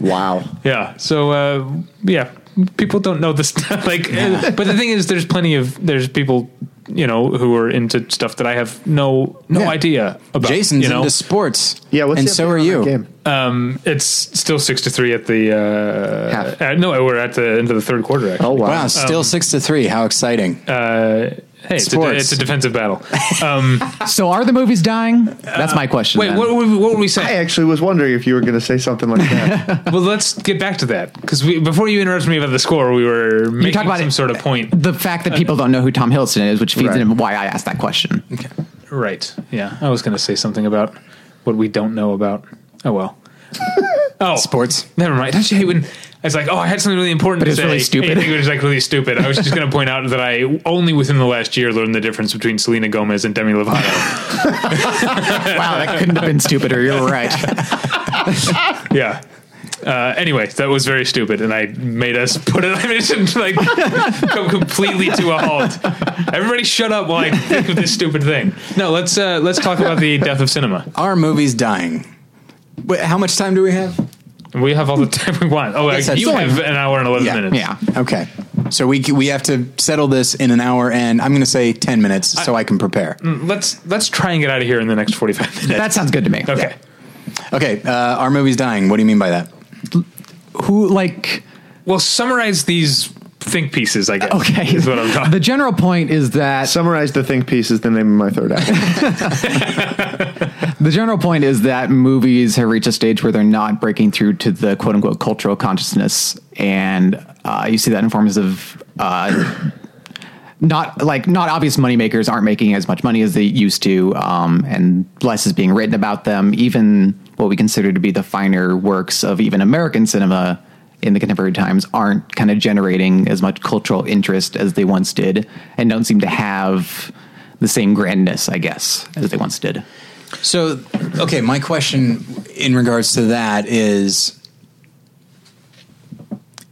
Speaker 4: Wow.
Speaker 2: Yeah. So uh, yeah, people don't know this. like, uh, but the thing is, there's plenty of there's people you know who are into stuff that I have no no
Speaker 1: Yeah.
Speaker 2: idea about.
Speaker 1: Jason's
Speaker 2: you know,
Speaker 1: into sports.
Speaker 4: Yeah. What's
Speaker 1: and
Speaker 4: the
Speaker 1: so
Speaker 4: update
Speaker 1: are
Speaker 4: on that
Speaker 1: you.
Speaker 4: Game?
Speaker 2: um, it's still six to three at the uh,
Speaker 3: Half.
Speaker 2: uh, no, we're at the end of the third quarter. Actually.
Speaker 4: Oh wow.
Speaker 1: Wow, still six to three. How exciting!
Speaker 2: hey, it's a,
Speaker 1: sports.
Speaker 2: it's a defensive battle.
Speaker 3: So are the movies dying? That's my question.
Speaker 2: Uh, Wait,
Speaker 3: then.
Speaker 2: what, were we- what were we
Speaker 4: I
Speaker 2: saying?
Speaker 4: actually was wondering if you were going to say something like that.
Speaker 2: well, let's get back to that because before you interrupted me about the score, we were making
Speaker 3: talk about
Speaker 2: some
Speaker 3: it-
Speaker 2: sort of point.
Speaker 3: the fact that people don't know who Tom Hiddleston is, which feeds
Speaker 4: Right.
Speaker 3: into why I asked that question.
Speaker 2: Right. Yeah. I was going to say something about what we don't know about. Oh, well. Oh,
Speaker 1: Sports.
Speaker 2: Never mind. Don't you hate when it's like, oh, I had something really important to
Speaker 3: it's
Speaker 2: say.
Speaker 3: really stupid.
Speaker 2: and It was like really stupid. I was just going to point out that I only within the last year learned the difference between Selena Gomez and Demi Lovato.
Speaker 3: Wow, that couldn't have been stupider. You're right.
Speaker 2: yeah. Uh, anyway, that was very stupid, and I made us put it. I made it like come completely to a halt. Everybody, shut up while I think of this stupid thing. No, let's uh, let's talk about the death of cinema.
Speaker 1: Are movies dying? Wait, how much time do we have?
Speaker 2: We have all the time we want. Oh,
Speaker 1: Yes,
Speaker 2: like,
Speaker 1: that's
Speaker 2: you
Speaker 1: fine.
Speaker 2: have an hour and eleven
Speaker 1: Yeah.
Speaker 2: minutes.
Speaker 3: Yeah.
Speaker 1: Okay. So we we have to settle this in an hour and I'm going to say 10 minutes so I Mm. can prepare.
Speaker 2: Let's let's try and get out of here in the next forty-five minutes.
Speaker 3: That sounds good to me.
Speaker 2: Okay.
Speaker 1: Okay, uh, our movie's dying. What do you mean by that?
Speaker 3: Who like
Speaker 2: Well, summarize these think pieces. I guess.
Speaker 3: okay.
Speaker 2: is what I'm talking.
Speaker 3: The general point is that
Speaker 4: Summarize the think piece is the name of my third act.
Speaker 3: the general point is that movies have reached a stage where they're not breaking through to the quote unquote cultural consciousness, and uh, you see that in forms of uh, not like not obvious moneymakers aren't making as much money as they used to, um, and less is being written about them. Even what we consider to be the finer works of even American cinema in the contemporary times aren't kind of generating as much cultural interest as they once did, and don't seem to have the same grandness, I guess, as they once did.
Speaker 1: So, okay, my question in regards to that is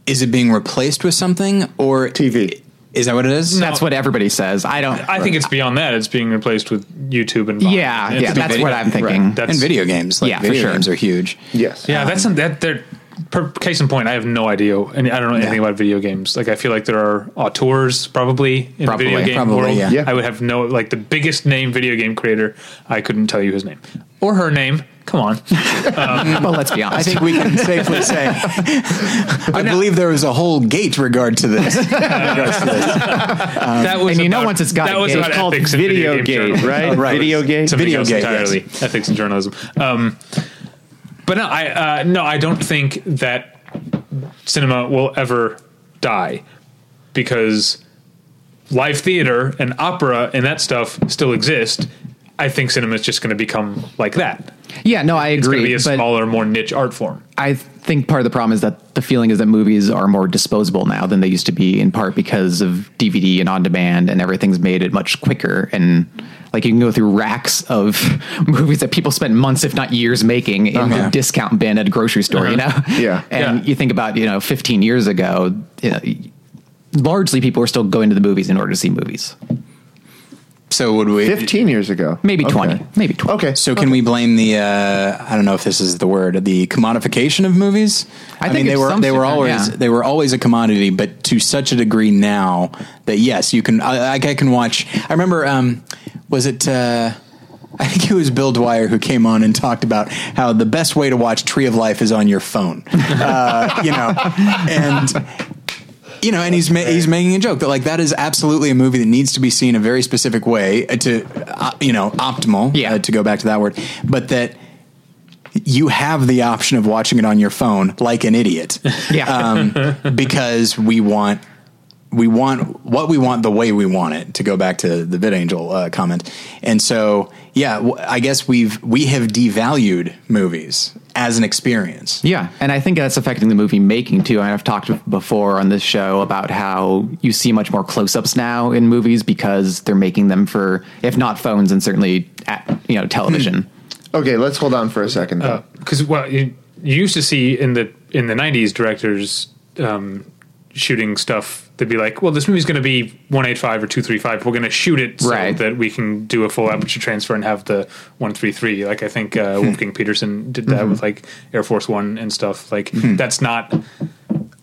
Speaker 1: is it being replaced with something or
Speaker 4: TV.
Speaker 1: Is that what it is?
Speaker 3: That's what everybody says. I don't.
Speaker 2: I think it's beyond that. It's being replaced with YouTube and Vine.
Speaker 3: Yeah,
Speaker 2: It's
Speaker 3: yeah,
Speaker 2: been
Speaker 3: that's
Speaker 2: video-
Speaker 3: what I'm thinking.
Speaker 2: That's,
Speaker 1: And video games. Like
Speaker 3: Yeah, for
Speaker 1: video
Speaker 3: sure.
Speaker 1: games are huge.
Speaker 4: yes.
Speaker 2: Yeah, that's that. They're, per, case in point, I have no idea, and I don't know anything about video games. Like, I feel like there are auteurs probably in
Speaker 3: Probably,
Speaker 2: the video game
Speaker 1: probably,
Speaker 2: world.
Speaker 1: yeah. Yeah.
Speaker 2: I would have no like the biggest name video game creator. I couldn't tell you his name or her name. Come on.
Speaker 3: well, let's be
Speaker 1: I
Speaker 3: honest.
Speaker 1: think we can safely say. I believe there was a whole gate regard to this. regards to this.
Speaker 2: that was
Speaker 3: and you know once it's got
Speaker 2: that
Speaker 3: a
Speaker 2: was
Speaker 3: game,
Speaker 2: about
Speaker 3: it's
Speaker 4: called
Speaker 2: ethics in
Speaker 4: video game,
Speaker 2: journalism. Oh,
Speaker 4: right? Right. Video game.
Speaker 2: Something
Speaker 1: Video
Speaker 2: else
Speaker 1: game,
Speaker 2: entirely. Ethics and journalism. Um, but no, I uh, no, I don't think that cinema will ever die because live theater and opera and that stuff still exist. I think cinema is just going to become like that.
Speaker 3: yeah, no, I
Speaker 2: It's going to
Speaker 3: agree.
Speaker 2: be a
Speaker 3: but
Speaker 2: smaller, more niche art form.
Speaker 3: I think part of the problem is that the feeling is that movies are more disposable now than they used to be, in part because of DVD and on demand, and everything's made it much quicker. And like you can go through racks of movies that people spent months, if not years, making in the discount bin at a grocery store. You know,
Speaker 4: Uh-huh. Yeah.
Speaker 3: And
Speaker 2: Uh-huh. Yeah.
Speaker 3: you think about you know, 15 years ago, you know, largely people were still going to the movies in order to see movies.
Speaker 1: So would we?
Speaker 4: 15 years ago.
Speaker 3: Maybe
Speaker 4: Okay.
Speaker 3: 20. Maybe 20.
Speaker 4: Okay.
Speaker 1: So can we blame the? Uh, I don't know if this is the word. The commodification of movies.
Speaker 3: I think
Speaker 1: they
Speaker 3: it's
Speaker 1: were
Speaker 3: some
Speaker 1: they were
Speaker 3: sort of-
Speaker 1: always
Speaker 3: yeah.
Speaker 1: they were always a commodity, but to such a degree now that yes, you can. I, I can watch. I remember. Um, was it? Uh, I think it was Bill Dwyer who came on and talked about how the best way to watch Tree of Life is on your phone. Uh, you know, and you know, and he's ma- he's making a joke that like that is absolutely a movie that needs to be seen a very specific way uh, to uh, you know optimal
Speaker 3: Yeah.
Speaker 1: uh, to go back to that word, but that you have the option of watching it on your phone like an idiot
Speaker 3: Yeah.
Speaker 4: Uh,
Speaker 1: um, because we want we want what we want the way we want it to go back to the VidAngel uh, comment and so yeah w- I guess we've we have devalued movies as an experience
Speaker 3: Yeah, and I think that's affecting the movie making too. And I've talked before on this show about how you see much more close-ups now in movies because they're making them for, if not phones, and certainly at, you know
Speaker 4: Hmm.
Speaker 3: television.
Speaker 4: Okay, let's hold on for a second. though.
Speaker 2: because well, you, you used to see in the in the '90s directors um, shooting stuff. They'd be like, "Well, this movie's going to be 185 or 235. We're going to shoot it so
Speaker 3: Right.
Speaker 2: that we can do a full aperture transfer and have the 133." Like I think
Speaker 3: Hmm.
Speaker 2: uh, Wolfgang Peterson did that
Speaker 3: Mm-hmm.
Speaker 2: with like Air Force One and stuff. Like that's not.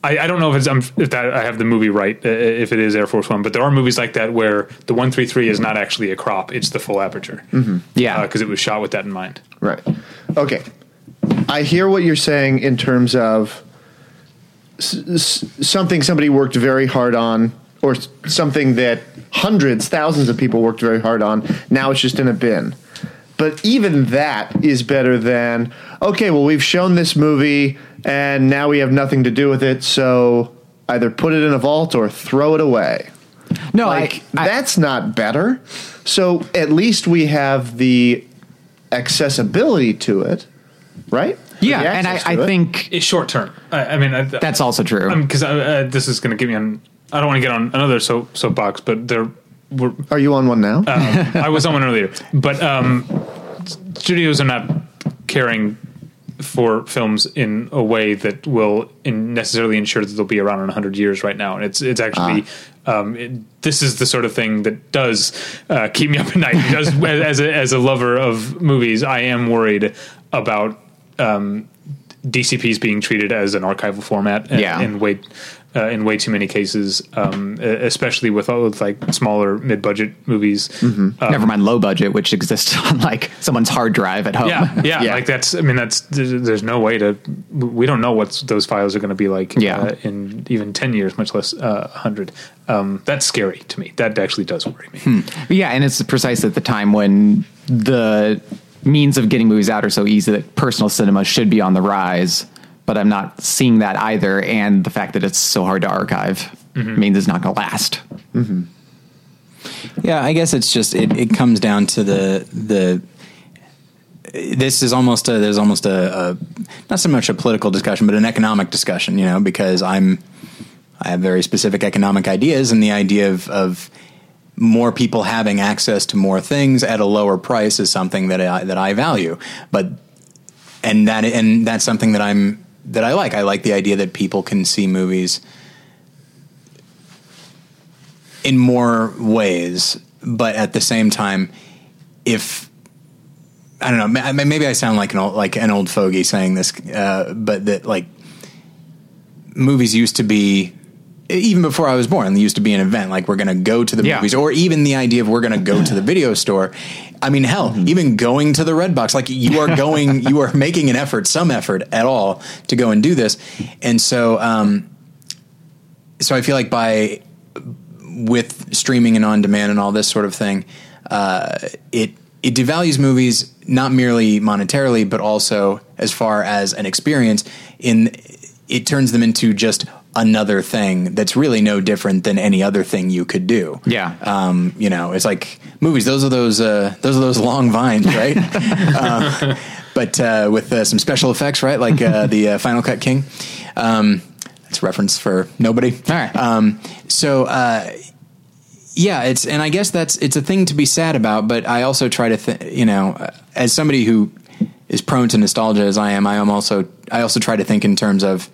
Speaker 2: I, I don't know if it's I'm, if that I have the movie right uh, if it is Air Force One, but there are movies like that where the 133 is not actually a crop; it's the full aperture.
Speaker 3: Mm-hmm. Yeah.
Speaker 2: because it was shot with that in mind.
Speaker 4: Right. Okay. I hear what you're saying in terms of s- s- something somebody worked very hard on, or s- something that hundreds, thousands of people worked very hard on. Now it's just in a bin. But even that is better than, okay, well, we've shown this movie and now we have nothing to do with it, so either put it in a vault or throw it away
Speaker 3: No,
Speaker 4: like
Speaker 3: I, I,
Speaker 4: that's not better. So at least we have the accessibility to it, right?
Speaker 3: yeah,
Speaker 4: The
Speaker 3: and I,
Speaker 4: access
Speaker 3: I
Speaker 4: to it.
Speaker 3: think
Speaker 2: It's short term. I, I mean, I,
Speaker 3: that's also true.
Speaker 2: because uh, this is going to give me an. I don't want to get on another soap soapbox, but there were.
Speaker 4: Are you on one now?
Speaker 3: Oh,
Speaker 2: Um, I was on one earlier, but um, studios are not caring for films in a way that will in necessarily ensure that they'll be around in 100 years right now and it's it's actually um, it, this is the sort of thing that does uh, keep me up at night It does as a, as a lover of movies I am worried about um, DCPs being treated as an archival format and,
Speaker 3: Yeah.
Speaker 2: and way uh, in way too many cases um, e- especially with all with like smaller mid-budget movies
Speaker 1: Mm-hmm.
Speaker 2: Uh,
Speaker 3: Never mind low budget, which exists on like someone's hard drive at home.
Speaker 2: yeah, yeah,
Speaker 4: Yeah.
Speaker 2: Like that's, I mean, that's there's there's no way to. We don't know what those files are going to be like.
Speaker 3: Yeah.
Speaker 2: uh, in even ten years, much less uh, hundred. Um, that's scary to me. That actually does worry me.
Speaker 1: Hmm.
Speaker 3: Yeah, and it's precise at the time when the means of getting movies out are so easy that personal cinema should be on the rise. But I'm not seeing that either, and the fact that it's so hard to archive
Speaker 4: Mm-hmm.
Speaker 3: means it's not going to last.
Speaker 1: Yeah, I guess it's just it, it comes down to the the this is almost a there's almost a, a not so much a political discussion but an economic discussion, you know, because I'm I have very specific economic ideas and the idea of of more people having access to more things at a lower price is something that I that I value. But and that and that's something that I'm that I like. I like the idea that people can see movies in more ways, but at the same time, if I don't know, ma- ma- maybe I sound like an old, like an old fogey saying this, uh, but that like movies used to be even before I was born, they used to be an event like we're going to go to the
Speaker 3: Yeah.
Speaker 1: movies, or even the idea of we're going to go to the video store. I mean, hell, even going to the Red Box, like you are going, you are making an effort, some effort at all, to go and do this, and so, um, so I feel like by with streaming and on demand and all this sort of thing, uh, it it devalues movies not merely monetarily, but also as far as an experience. In it turns them into just another thing that's really no different than any other thing you could do.
Speaker 3: Yeah.
Speaker 1: um, you know, it's like movies. Those are those uh, those are those long vines, right? uh, but uh, with uh, some special effects, right? Like uh, the uh, Final Cut King. Um, that's a reference for nobody.
Speaker 3: All right.
Speaker 1: Um, so uh, yeah, it's and I guess that's it's a thing to be sad about, but I also try to th- you know, uh, as somebody who is prone to nostalgia as I am, I am also I also try to think in terms of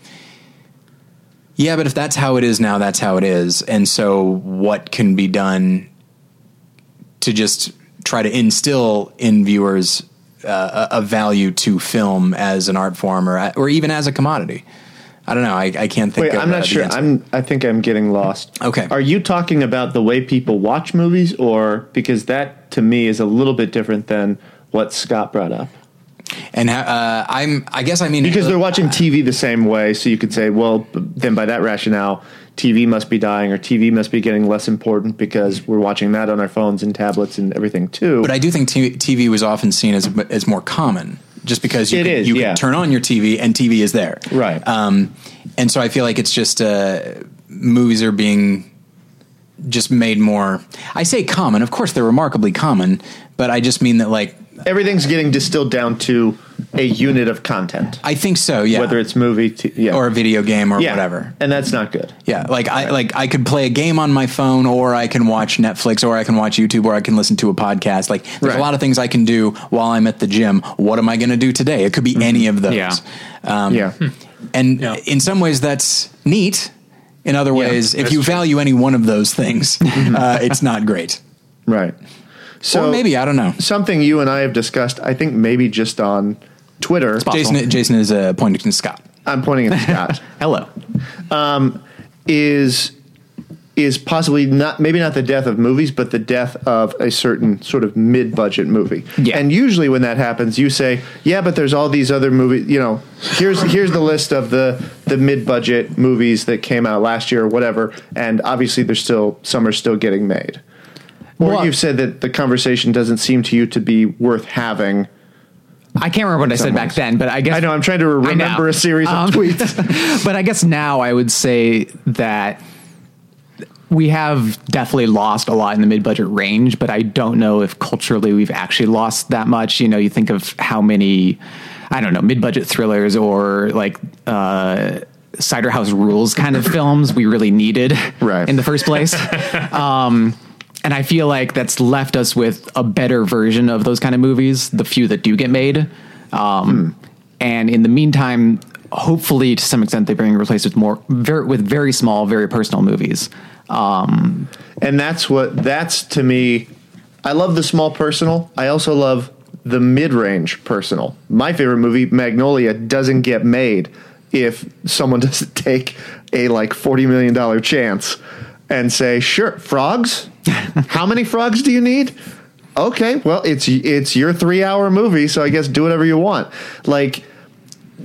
Speaker 1: yeah, but if that's how it is now, that's how it is, and so what can be done to just try to instill in viewers uh, a, a value to film as an art form or or even as a commodity. I don't know. I, I can't think.
Speaker 4: Wait,
Speaker 1: of,
Speaker 4: I'm
Speaker 1: uh,
Speaker 4: not
Speaker 1: the
Speaker 4: sure.
Speaker 1: answer.
Speaker 4: I'm. I think I'm getting lost.
Speaker 1: Okay.
Speaker 4: Are you talking about the way people watch movies, or because that to me is a little bit different than what Scott brought up?
Speaker 1: and ha- uh, I'm. I guess I mean
Speaker 4: Because they're watching TV the same way, so you could say, well, b- then by that rationale, TV must be dying, or TV must be getting less important because we're watching that on our phones and tablets and everything too.
Speaker 1: But I do think t- TV was often seen as as more common, just because you
Speaker 4: It
Speaker 1: could,
Speaker 4: is,
Speaker 1: you could
Speaker 4: yeah.
Speaker 1: turn on your TV and TV is there,
Speaker 4: Right.
Speaker 1: Um, and so I feel like it's just uh, movies are being just made more. I say common, of course they're remarkably common, but I just mean that like
Speaker 4: Everything's getting distilled down to a unit of content,
Speaker 1: I think so, yeah,
Speaker 4: whether it's movie, t- yeah,
Speaker 1: or a video game or
Speaker 4: yeah,
Speaker 1: whatever.
Speaker 4: and that's not good.
Speaker 1: Yeah, like I like I could play a game on my phone, or I can watch Netflix, or I can watch YouTube, or I can listen to a podcast. Like there's
Speaker 4: Right.
Speaker 1: a lot of things I can do while I'm at the gym. What am I going to do today? It could be any of those.
Speaker 3: Yeah.
Speaker 1: Um,
Speaker 4: Yeah.
Speaker 1: And
Speaker 2: Mm-hmm. Yeah.
Speaker 1: in some ways, that's neat. In other ways, if
Speaker 2: that's
Speaker 1: you
Speaker 2: true. Mm-hmm.
Speaker 1: value any one of those things, uh, it's not great.
Speaker 4: Right. So
Speaker 1: or maybe I don't know.
Speaker 4: something you and I have discussed. I think maybe just on Twitter.
Speaker 1: Jason, Jason is uh, pointing to Scott.
Speaker 4: I'm pointing at Scott.
Speaker 3: Hello.
Speaker 4: is is possibly not maybe not the death of movies, but the death of a certain sort of mid budget movie.
Speaker 3: Yeah.
Speaker 4: And usually when that happens, you say, Yeah, but there's all these other movies you know, here's here's the list of the the mid budget movies that came out last year or whatever, and obviously there's still some are still getting made. Or
Speaker 3: Well,
Speaker 4: you've said that the conversation doesn't seem to you to be worth having.
Speaker 3: I can't remember what I said back then, but I guess
Speaker 4: I know I'm trying to
Speaker 3: I know.
Speaker 4: remember a series of
Speaker 3: Um,
Speaker 4: tweets.
Speaker 3: but I guess now I would say that we have definitely lost a lot in the mid-budget range, but I don't know if culturally we've actually lost that much. You know, you think of how many, I don't know, mid-budget thrillers or like uh, cider house rules kind of films we really needed
Speaker 4: Right.
Speaker 3: in the first place. um, and I feel like that's left us with a better version of those kind of movies, the few that do get made. Um, And in the meantime, hopefully, to some extent, they're being replaced with more very, with very small, very personal movies. Um,
Speaker 4: and that's what that's to me i love the small personal i also love the mid-range personal my favorite movie magnolia doesn't get made if someone doesn't take a like 40 million dollar chance and say sure frogs how many frogs do you need okay well it's it's your 3 hour movie so i guess do whatever you want like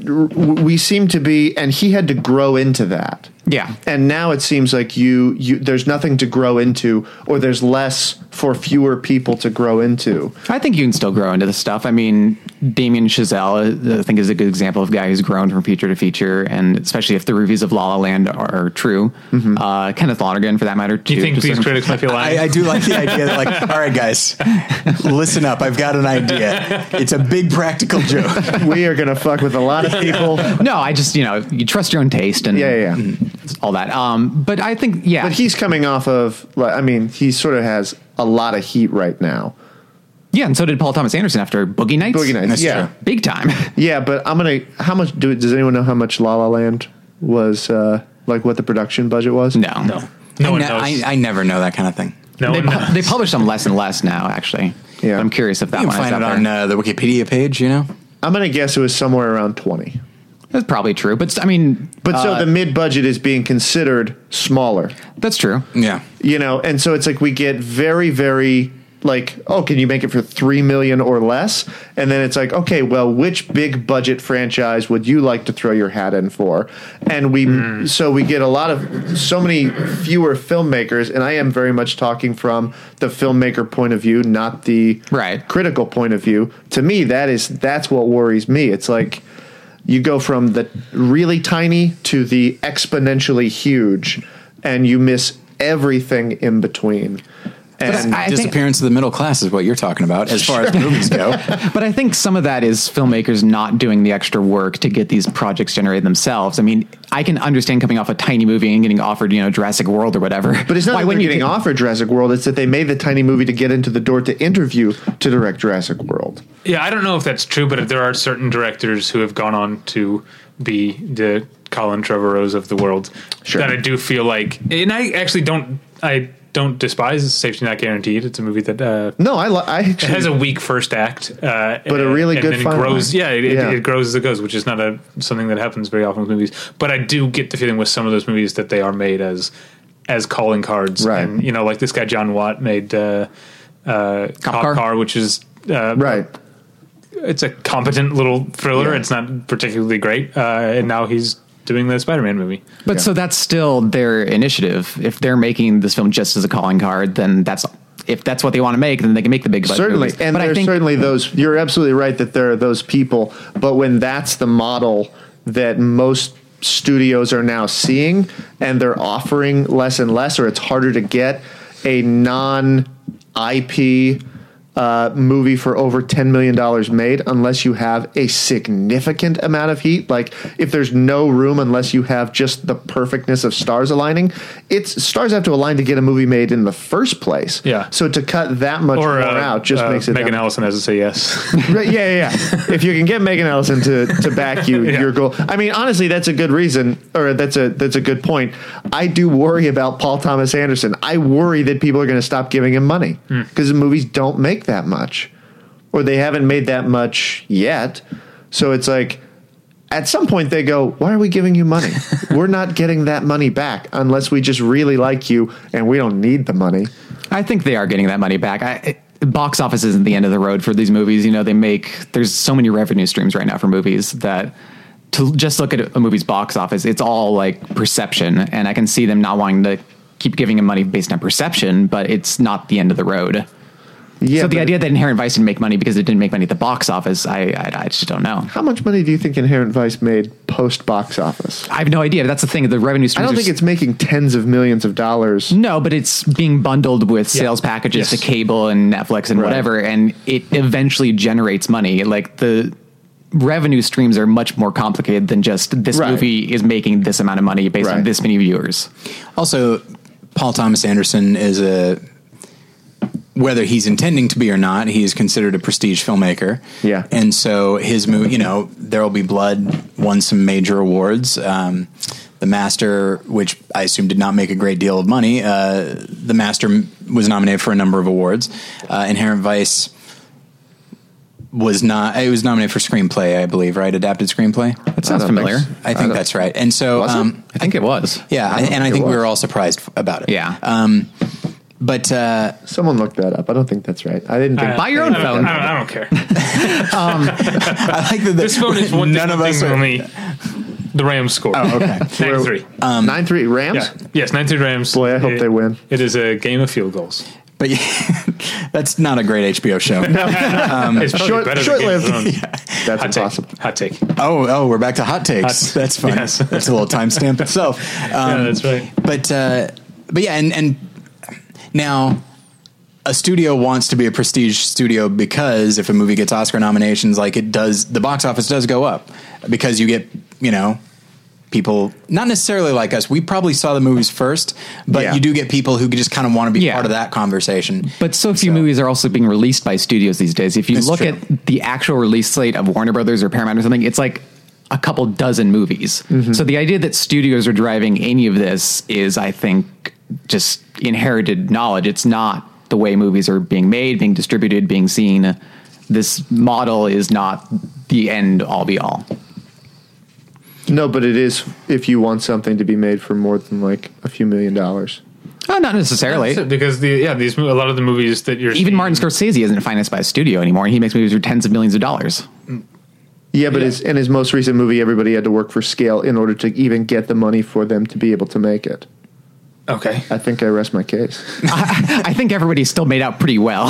Speaker 4: we seem to be and he had to grow into that
Speaker 3: Yeah.
Speaker 4: and now it seems like you you there's nothing to grow into or there's less for fewer people to grow into
Speaker 3: I think you can still grow into this stuff. I mean, Damien Chazelle, uh, I think, is a good example of a guy who's grown from feature to feature, and especially if the reviews of La La Land are true. Uh, Kenneth Lonergan, for that matter, too.
Speaker 2: Do you think
Speaker 3: just
Speaker 2: these
Speaker 3: a-
Speaker 2: critics might be lying?
Speaker 1: I, I do like the idea that, like, all right, guys, listen up. I've got an idea. It's a big practical joke.
Speaker 4: we are gonna fuck with a lot of people
Speaker 3: no, I just you know you trust your own taste and
Speaker 4: Yeah, yeah, yeah.
Speaker 3: all that. Um, but I think yeah,
Speaker 4: but he's coming off of like i mean he sort of has a lot of heat right now
Speaker 3: yeah, and so did Paul Thomas Anderson after Boogie Nights.
Speaker 4: boogie nights
Speaker 1: That's
Speaker 4: yeah
Speaker 1: true.
Speaker 3: big time.
Speaker 4: yeah but i'm gonna how much do does anyone know how much la la land was uh like what the production budget was
Speaker 3: No, no,
Speaker 2: no one
Speaker 1: I, ne-
Speaker 2: knows.
Speaker 1: I, I never know that kind of thing.
Speaker 2: no
Speaker 3: they,
Speaker 2: one knows.
Speaker 3: pu- they publish them less and less now. Actually,
Speaker 4: Yeah.
Speaker 3: But I'm curious if that
Speaker 1: You can
Speaker 3: one
Speaker 1: find
Speaker 3: is
Speaker 1: it
Speaker 3: out
Speaker 1: on
Speaker 3: there.
Speaker 1: uh, the Wikipedia page, you know?
Speaker 4: i'm gonna guess it was somewhere around 20
Speaker 3: That's probably true, but s- I mean,
Speaker 4: but so the mid budget is being considered smaller
Speaker 3: that's true.
Speaker 1: Yeah.
Speaker 4: you know and so it's like we get very very like oh can you make it for 3 million or less and then it's like okay well which big budget franchise would you like to throw your hat in for and we so we get a lot of so many fewer filmmakers and i am very much talking from the filmmaker point of view not the
Speaker 3: Right.
Speaker 4: critical point of view to me that is that's what worries me it's like you go from the really tiny to the exponentially huge and you miss everything in between and
Speaker 3: I think-
Speaker 1: Disappearance of the middle class is what you're talking about as far as movies go.
Speaker 3: But I think some of that is filmmakers not doing the extra work to get these projects generated themselves. I mean, I can understand coming off a tiny movie and getting offered, you know, Jurassic World or whatever.
Speaker 4: but it's not that
Speaker 3: wouldn't
Speaker 4: they're getting
Speaker 3: you get-
Speaker 4: offered Jurassic World. It's that they made the tiny movie to get into the door to interview to direct Jurassic World.
Speaker 2: Yeah, I don't know if that's true, but there are certain directors who have gone on to be the Colin Trevorrow's of the world
Speaker 4: Sure.
Speaker 2: that I do feel like, and I actually don't. I don't despise Safety Not Guaranteed. It's a movie that uh,
Speaker 4: No, I li- I
Speaker 2: it has
Speaker 4: actually,
Speaker 2: a weak first act, uh,
Speaker 4: But a really
Speaker 2: and
Speaker 4: good
Speaker 2: then
Speaker 4: final
Speaker 2: grows.
Speaker 4: act.
Speaker 2: Yeah, it, it-
Speaker 4: Yeah.
Speaker 2: it grows as it goes, which is not a something that happens very often with movies. But I do get the feeling with some of those movies that they are made as as calling cards,
Speaker 4: Right.
Speaker 2: And you know, like this guy John Watt made uh, uh, Cop,
Speaker 3: Car.
Speaker 2: Car. which is uh,
Speaker 4: right.
Speaker 2: it's a competent little thriller. It's not particularly great, uh, and now he's doing the Spider-Man movie.
Speaker 3: But so that's still their initiative. If they're making this film just as a calling card, then that's if that's what they want to make, then they can make the big budget
Speaker 4: certainly
Speaker 3: movies.
Speaker 4: and
Speaker 3: but
Speaker 4: there
Speaker 3: I
Speaker 4: are
Speaker 3: think
Speaker 4: certainly those you're absolutely right that there are those people but when that's the model that most studios are now seeing and they're offering less and less or it's harder to get a non IP uh, movie for over $10 million made unless you have a significant amount of heat. Like, if there's no room unless you have just the perfectness of stars aligning, it's stars have to align to get a movie made in the first place.
Speaker 2: Yeah.
Speaker 4: So to cut that much
Speaker 2: Or
Speaker 4: or
Speaker 2: uh,
Speaker 4: out just
Speaker 2: uh,
Speaker 4: makes it
Speaker 2: Megan
Speaker 4: that-
Speaker 2: Ellison has to say yes.
Speaker 4: Right, yeah, yeah, yeah. if you can get Megan Ellison to to back you,
Speaker 2: Yeah.
Speaker 4: your goal. I mean, honestly, that's a good reason, or that's a that's a good point. I do worry about Paul Thomas Anderson. I worry that people are going to stop giving him money
Speaker 2: Hmm.
Speaker 4: because movies don't make that much, or they haven't made that much yet. So it's like. At some point, they go, Why are we giving you money? We're not getting that money back unless we just really like you and we don't need the money.
Speaker 3: I think they are getting that money back. I, it, box office isn't the end of the road for these movies. You know, they make there's so many revenue streams right now for movies that to just look at a movie's box office, it's all like perception, and I can see them not wanting to keep giving him money based on perception, but it's not the end of the road.
Speaker 4: Yeah,
Speaker 3: so the
Speaker 4: but-
Speaker 3: idea that Inherent Vice didn't make money because it didn't make money at the box office, I I, I just don't know.
Speaker 4: How much money do you think Inherent Vice made post box office?
Speaker 3: I have no idea. That's the thing. The revenue
Speaker 4: I
Speaker 3: streams.
Speaker 4: don't
Speaker 3: are
Speaker 4: think
Speaker 3: s-
Speaker 4: it's making tens of millions of dollars.
Speaker 3: No, but it's being bundled with sales
Speaker 2: Yes.
Speaker 3: packages to cable and Netflix and
Speaker 4: Right.
Speaker 3: whatever, and it eventually generates money. Like the revenue streams are much more complicated than just this
Speaker 4: Right.
Speaker 3: movie is making this amount of money based on
Speaker 4: Right.
Speaker 3: this many viewers.
Speaker 1: Also, Paul Thomas Anderson is a whether he's intending to be or not, he is considered a prestige filmmaker.
Speaker 4: Yeah.
Speaker 1: and so his movie, you know, There Will Be Blood won some major awards. Um, the Master, which I assume did not make a great deal of money, uh, The Master m- was nominated for a number of awards. Uh, Inherent Vice was not. It was nominated for screenplay, I believe, right? Adapted screenplay.
Speaker 3: That sounds
Speaker 4: I don't think
Speaker 3: familiar. Uh,
Speaker 4: so.
Speaker 1: I think that's right. And so,
Speaker 4: Uh, Was it?
Speaker 1: um,
Speaker 3: I think it was.
Speaker 1: yeah,
Speaker 4: I don't
Speaker 1: and I
Speaker 4: think
Speaker 1: think
Speaker 4: it
Speaker 1: we were
Speaker 4: was.
Speaker 1: all surprised f- about it.
Speaker 3: Yeah.
Speaker 1: Um, but uh,
Speaker 4: Someone looked that up. I don't think that's right. I didn't think.
Speaker 3: Buy your own
Speaker 2: I don't-
Speaker 3: phone.
Speaker 2: I don't, I don't care.
Speaker 1: I like that the,
Speaker 2: This phone is one
Speaker 1: none of us
Speaker 2: thing
Speaker 1: are.
Speaker 2: only the Rams score. Oh,
Speaker 1: okay.
Speaker 2: nine three.
Speaker 1: Um,
Speaker 4: nine three Rams.
Speaker 2: Yeah. Yes, nine three Rams.
Speaker 4: Boy, I hope
Speaker 2: It-
Speaker 4: they win.
Speaker 2: It is a game of field goals.
Speaker 1: But yeah, that's not a great HBO show.
Speaker 2: it's probably
Speaker 4: short-
Speaker 2: better than
Speaker 4: short-lived.
Speaker 2: Game of Thrones.
Speaker 4: That's
Speaker 2: Hot
Speaker 4: impossible.
Speaker 2: take. Hot take.
Speaker 1: Oh, oh, we're back to hot takes.
Speaker 2: Hot-
Speaker 1: that's fun.
Speaker 2: yes.
Speaker 1: That's a little timestamp itself. Um,
Speaker 2: Yeah, that's right.
Speaker 1: But uh, but yeah, and and now a studio wants to be a prestige studio because if a movie gets Oscar nominations, like it does, the box office does go up because you get you know people not necessarily like us. We probably saw the movies first, but
Speaker 4: Yeah.
Speaker 1: you do get people who just kind of want to be
Speaker 3: Yeah.
Speaker 1: part of that conversation.
Speaker 3: But so few movies are also being released by studios these days. If you
Speaker 1: That's
Speaker 3: look
Speaker 1: true.
Speaker 3: at the actual release slate of Warner Brothers or Paramount or something, it's like a couple dozen movies. So the idea that studios are driving any of this is, I think, just inherited knowledge. It's not the way movies are being made, being distributed, being seen. This model is not the end all be all.
Speaker 4: No, but it is if you want something to be made for more than like a few million dollars.
Speaker 3: Oh, not necessarily.
Speaker 2: That's it, because the yeah these mo- a lot of the movies that you're
Speaker 3: Even
Speaker 2: seeing-
Speaker 3: Martin Scorsese isn't financed by a studio anymore, and he makes movies for tens of millions of dollars.
Speaker 4: Yeah, but his in his most recent movie, everybody had to work for scale in order to even get the money for them to be able to make it.
Speaker 2: Okay,
Speaker 4: I think I rest my case.
Speaker 3: I think everybody still made out pretty well.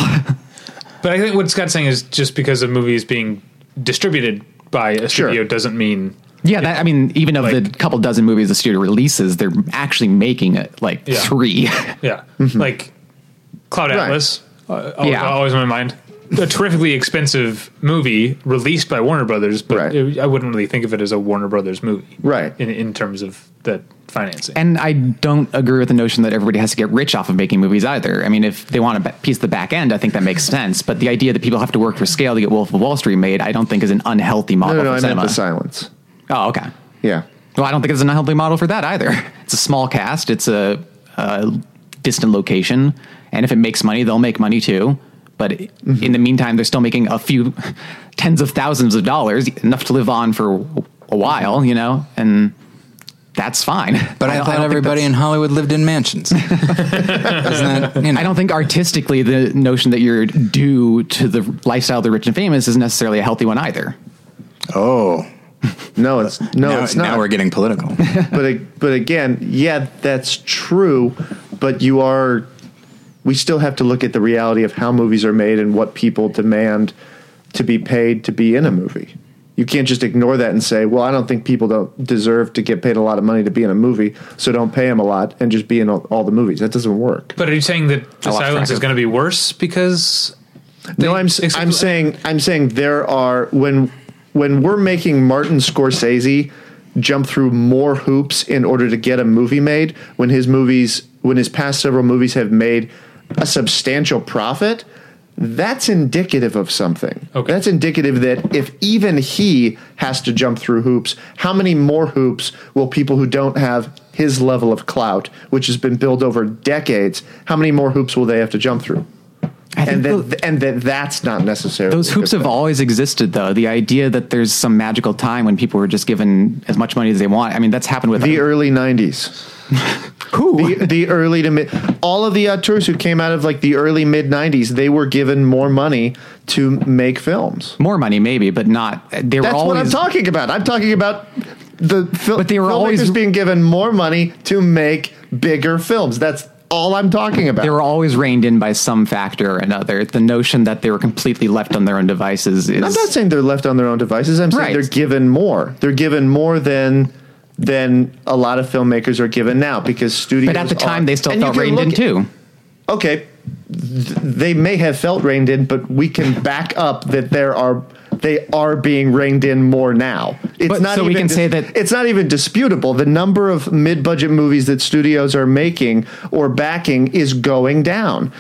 Speaker 2: but I think what Scott's saying is just because a movie is being distributed by a
Speaker 4: Sure.
Speaker 2: studio doesn't mean
Speaker 3: Yeah, that, I mean, even of the
Speaker 2: Like-
Speaker 3: couple dozen movies the studio releases, they're actually making it like
Speaker 2: Yeah.
Speaker 3: three.
Speaker 2: yeah like Cloud
Speaker 4: Right.
Speaker 2: Atlas. Uh, always,
Speaker 3: Yeah.
Speaker 2: always in my mind. A terrifically expensive movie released by Warner Brothers, but
Speaker 4: Right.
Speaker 2: it- I wouldn't really think of it as a Warner Brothers movie,
Speaker 4: Right.
Speaker 2: In in terms of the financing,
Speaker 3: and I don't agree with the notion that everybody has to get rich off of making movies either. I mean, if they want to piece the back end, I think that makes sense. But the idea that people have to work for scale to get Wolf of Wall Street made, I don't think is an unhealthy
Speaker 4: No,
Speaker 3: model
Speaker 4: no, no
Speaker 3: for
Speaker 4: I meant
Speaker 3: cinema.
Speaker 4: the silence.
Speaker 3: oh, okay.
Speaker 4: Yeah,
Speaker 3: Well, I don't think it's an unhealthy model for that either. It's a small cast. It's a, a distant location. And if it makes money, they'll make money too. But
Speaker 1: Mm-hmm.
Speaker 3: in the meantime, they're still making a few tens of thousands of dollars, enough to live on for a while, you know, and that's
Speaker 1: But I,
Speaker 3: fine. don't-
Speaker 1: thought
Speaker 3: don't think
Speaker 1: everybody
Speaker 3: that's-
Speaker 1: in Hollywood lived in mansions. Isn't that, you know,
Speaker 3: I don't think artistically the notion that you're due to the lifestyle of the rich and famous is necessarily a healthy one either.
Speaker 1: oh,
Speaker 4: No, it's no,
Speaker 1: now,
Speaker 4: it's not.
Speaker 1: now we're getting political.
Speaker 4: but a- but again, yeah, that's true. But you are, we still have to look at the reality of how movies are made and what people demand to be paid to be in a movie. You can't just ignore that and say, "Well, I don't think people don't deserve to get paid a lot of money to be in a movie, so don't pay them a lot and just be in all, all the movies." That doesn't work.
Speaker 2: But are you saying that the
Speaker 3: lost track
Speaker 2: silence is
Speaker 3: of-
Speaker 2: going to be worse because?
Speaker 4: no, I'm s-
Speaker 2: Ex-
Speaker 4: I'm saying I'm saying there are when when we're making Martin Scorsese jump through more hoops in order to get a movie made when his movies when his past several movies have made a substantial profit that's indicative of something
Speaker 2: Okay.
Speaker 4: that's indicative that if even he has to jump through hoops how many more hoops will people who don't have his level of clout which has been built over decades how many more hoops will they have to jump through
Speaker 3: I think
Speaker 4: and
Speaker 3: the-
Speaker 4: that and that that's not necessarily
Speaker 3: Those hoops have always existed, though. The idea that there's some magical time when people were just given as much money as they want. I mean, that's happened with
Speaker 4: the early '90s,
Speaker 3: who?
Speaker 4: the, the early to mid. All of the auteurs who came out of like the early mid '90s, they were given more money to make films.
Speaker 3: More money, maybe, but not. They were
Speaker 4: That's
Speaker 3: always.
Speaker 4: what I'm talking about. I'm talking about the film.
Speaker 3: But they were always-
Speaker 4: being given more money to make bigger films. That's all I'm talking about.
Speaker 3: They were always reined in by some factor or another. The notion that they were completely left on their own devices is.
Speaker 4: I'm not saying they're left on their own devices. I'm saying
Speaker 3: Right.
Speaker 4: they're given more. They're given more than than a lot of filmmakers are given now because studios.
Speaker 3: but at the time,
Speaker 4: are-
Speaker 3: they still
Speaker 4: And you
Speaker 3: felt
Speaker 4: can
Speaker 3: reined
Speaker 4: look
Speaker 3: in
Speaker 4: at-
Speaker 3: too.
Speaker 4: okay, th- they may have felt reined in, but we can back up that there are they are being reined in more now. It's
Speaker 3: But- so we can say that-
Speaker 4: it's not even disputable. The number of mid-budget movies that studios are making or backing is going down.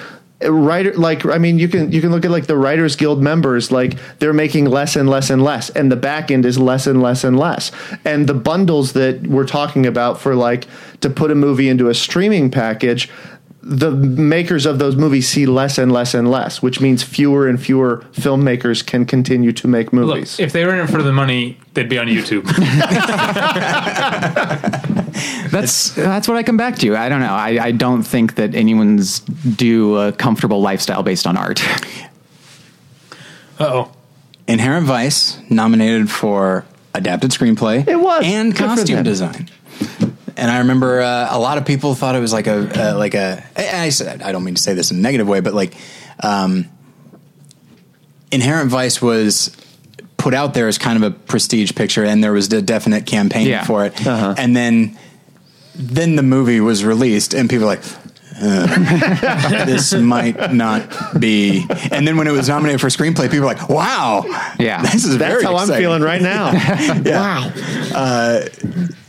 Speaker 4: Uh, Writer, like I mean, you can you can look at like the Writers Guild members, like they're making less and less and less, and the back end is less and less and less, and the bundles that we're talking about for like to put a movie into a streaming package, the makers of those movies see less and less and less, which means fewer and fewer filmmakers can continue to make
Speaker 2: Look,
Speaker 4: movies.
Speaker 2: if they were in it for the money, they'd be on YouTube.
Speaker 3: That's that's what I come back to. I don't know. I, I don't think that anyone's due a comfortable lifestyle based on art.
Speaker 2: Uh oh.
Speaker 1: Inherent Vice nominated for adapted screenplay.
Speaker 4: It was.
Speaker 1: and
Speaker 4: Good for
Speaker 1: costume
Speaker 4: them.
Speaker 1: design. And I remember uh, a lot of people thought it was like a uh, like a. And I said I don't mean to say this in a negative way, but like um, Inherent Vice was put out there as kind of a prestige picture, and there was a definite campaign
Speaker 3: Yeah.
Speaker 1: for it. And then then the movie was released, and people were like. "Ugh, this might not be. And then when it was nominated for screenplay, people were like, "Wow,
Speaker 3: Yeah.
Speaker 1: this is
Speaker 4: That's
Speaker 1: very
Speaker 4: how I'm
Speaker 1: exciting."
Speaker 4: feeling right now.
Speaker 1: Yeah.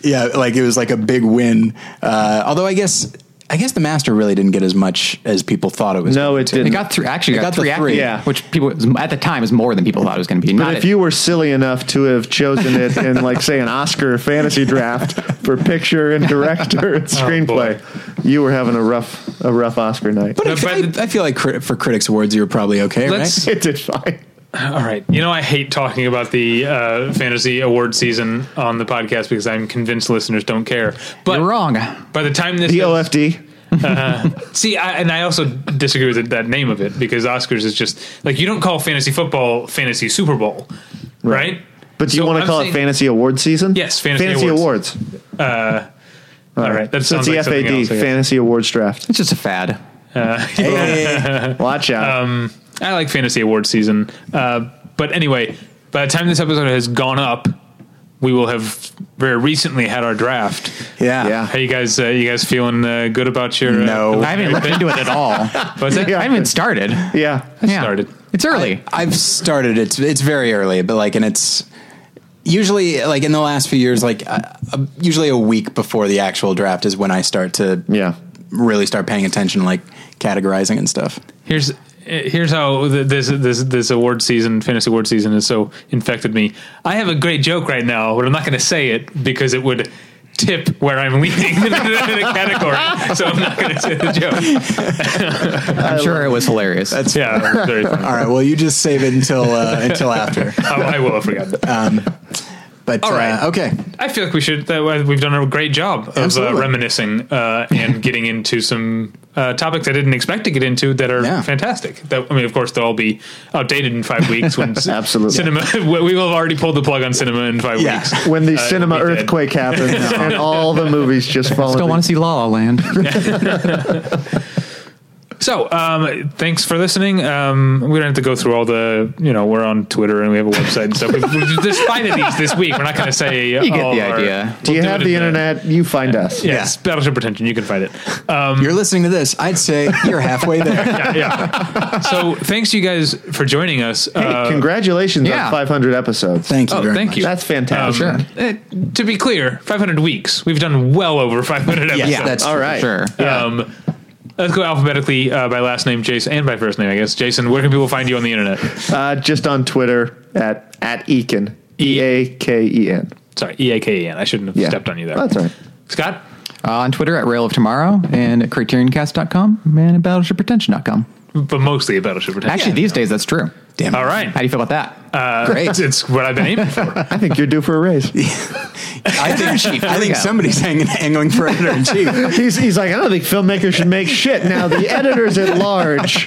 Speaker 1: Yeah, like it was like a big win. Uh, although I guess I guess the master really didn't get as much as people thought it was.
Speaker 4: No,
Speaker 1: going
Speaker 4: it
Speaker 1: to.
Speaker 4: didn't.
Speaker 3: It got three. Actually,
Speaker 1: It
Speaker 3: got,
Speaker 1: got the
Speaker 3: three,
Speaker 1: three.
Speaker 4: Yeah.
Speaker 3: actors, which people at the time was more than people thought it was going to be. Not
Speaker 4: But if you were silly enough to have chosen it in, like, say, an Oscar fantasy draft for picture and director and screenplay, you were having a rough, a rough Oscar night.
Speaker 1: But I
Speaker 2: No,
Speaker 1: feel,
Speaker 2: but
Speaker 1: I, I feel like crit- for critics awards, you were probably okay,
Speaker 2: Let's.
Speaker 1: right?
Speaker 4: it did fine.
Speaker 2: All right. You know, I hate talking about the uh, fantasy award season on the podcast because I'm convinced listeners don't care. But
Speaker 3: are wrong.
Speaker 2: by the time this
Speaker 4: The
Speaker 2: is-
Speaker 4: OFD.
Speaker 2: See, I, and I also disagree with that name of it because Oscars is just like you don't call fantasy football fantasy Super Bowl, right?
Speaker 4: But do you
Speaker 2: So
Speaker 4: want to
Speaker 2: I'm
Speaker 4: call it
Speaker 2: saying-
Speaker 4: fantasy award season?
Speaker 2: Yes, fantasy
Speaker 4: awards.
Speaker 2: awards. Uh, All right, that
Speaker 4: So
Speaker 2: sounds
Speaker 4: it's the
Speaker 2: like something
Speaker 4: FAD,
Speaker 2: else. I guess.
Speaker 4: fantasy awards draft.
Speaker 3: It's just a fad.
Speaker 1: Hey.
Speaker 4: Watch out.
Speaker 2: Um, I like fantasy award season. Uh, but anyway, by the time this episode has gone up, we will have very recently had our draft.
Speaker 1: yeah.
Speaker 4: Yeah.
Speaker 2: How you guys? Uh, you guys feeling uh, good about your?
Speaker 1: No.
Speaker 2: uh,
Speaker 3: I haven't looked into it at all.
Speaker 2: What's that?
Speaker 3: I haven't even started.
Speaker 4: yeah.
Speaker 3: Yeah.
Speaker 2: started.
Speaker 3: It's early.
Speaker 1: I've started. It's it's very early, but like, and it's usually like in the last few years, like uh, uh, usually a week before the actual draft is when I start to
Speaker 4: Yeah.
Speaker 1: really start paying attention, like categorizing and stuff.
Speaker 2: Here's here's how th- this this this award season fantasy award season has so infected me. I have a great joke right now, but I'm not going to say it because it would tip where I'm leaning in a category, so I'm not going to say the joke.
Speaker 3: I'm sure it was hilarious.
Speaker 1: That's
Speaker 2: Yeah, that was very funny.
Speaker 1: all right. Well, you just save it until uh, until after.
Speaker 2: I, I will have forgotten.
Speaker 1: But
Speaker 2: All right.
Speaker 1: uh, okay.
Speaker 2: I feel like we should. That way we've done a great job of uh,
Speaker 1: Absolutely.
Speaker 2: reminiscing uh, and getting into some uh, topics I didn't expect to get into that are
Speaker 1: Yeah.
Speaker 2: fantastic. That I mean, of course, they'll all be updated in five weeks when c-
Speaker 4: Absolutely.
Speaker 2: cinema. We will have already pulled the plug on cinema in five
Speaker 1: Yeah.
Speaker 2: weeks.
Speaker 4: when the
Speaker 2: Uh,
Speaker 4: cinema
Speaker 2: we did.
Speaker 4: earthquake happens and all the movies just fall.
Speaker 3: Still
Speaker 4: into-
Speaker 3: want to see La La Land.
Speaker 2: So, um, thanks for listening. Um, we don't have to go through all the, you know, we're on Twitter and we have a website and stuff. We've, we've just finding these this week. We're not going to say. You
Speaker 3: get the idea.
Speaker 4: Do you have the internet? You find us.
Speaker 2: Yes,
Speaker 1: Yeah.
Speaker 2: Battleship Retention. You can find it.
Speaker 1: You're listening to this. I'd say you're halfway there.
Speaker 2: yeah. So thanks you guys for joining us.
Speaker 4: Hey,
Speaker 2: Uh,
Speaker 4: congratulations
Speaker 3: yeah.
Speaker 4: on 500 episodes.
Speaker 1: Thank you.
Speaker 2: Oh,
Speaker 1: very
Speaker 2: thank
Speaker 1: much.
Speaker 2: you.
Speaker 4: That's fantastic.
Speaker 2: Um, eh, to be clear, 500 weeks. We've done well over 500 episodes.
Speaker 1: Yeah, that's
Speaker 4: All right.
Speaker 3: Sure.
Speaker 2: Um, let's go alphabetically uh, by last name, Jason, and by first name, I guess. Jason, where can people find you on the internet?
Speaker 4: Uh, just on Twitter at at Eakin. E A K E N.
Speaker 2: Sorry, E A K E N. I shouldn't have
Speaker 4: Yeah.
Speaker 2: stepped on you there.
Speaker 4: That's all right.
Speaker 2: Scott?
Speaker 3: Uh, on Twitter at Rail of Tomorrow and at CriterionCast.com and at BattleshipRetention.com.
Speaker 2: But mostly a Battleship Retention.
Speaker 3: Actually, these days, that's true.
Speaker 1: Damn. it.
Speaker 2: All right.
Speaker 3: How do you feel about that?
Speaker 2: Uh,
Speaker 1: Great.
Speaker 2: It's, it's what I've been aiming for.
Speaker 4: I think you're due for a raise.
Speaker 1: I think, I
Speaker 3: we
Speaker 1: think
Speaker 3: go.
Speaker 1: somebody's hanging, angling for editor in chief.
Speaker 4: He's, he's like, I don't think filmmakers should make shit. Now, the editors at large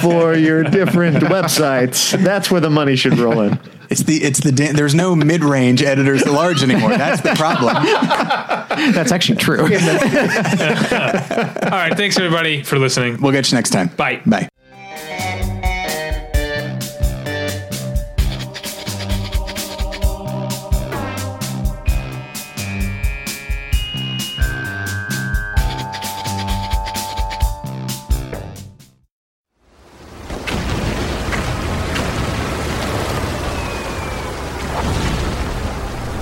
Speaker 4: for your different websites, that's where the money should roll in.
Speaker 1: It's the it's the da- there's no mid range editors at large anymore. That's the problem.
Speaker 3: That's actually true.
Speaker 2: All right. Thanks, everybody, for listening.
Speaker 1: We'll get you next time.
Speaker 2: Bye.
Speaker 1: Bye.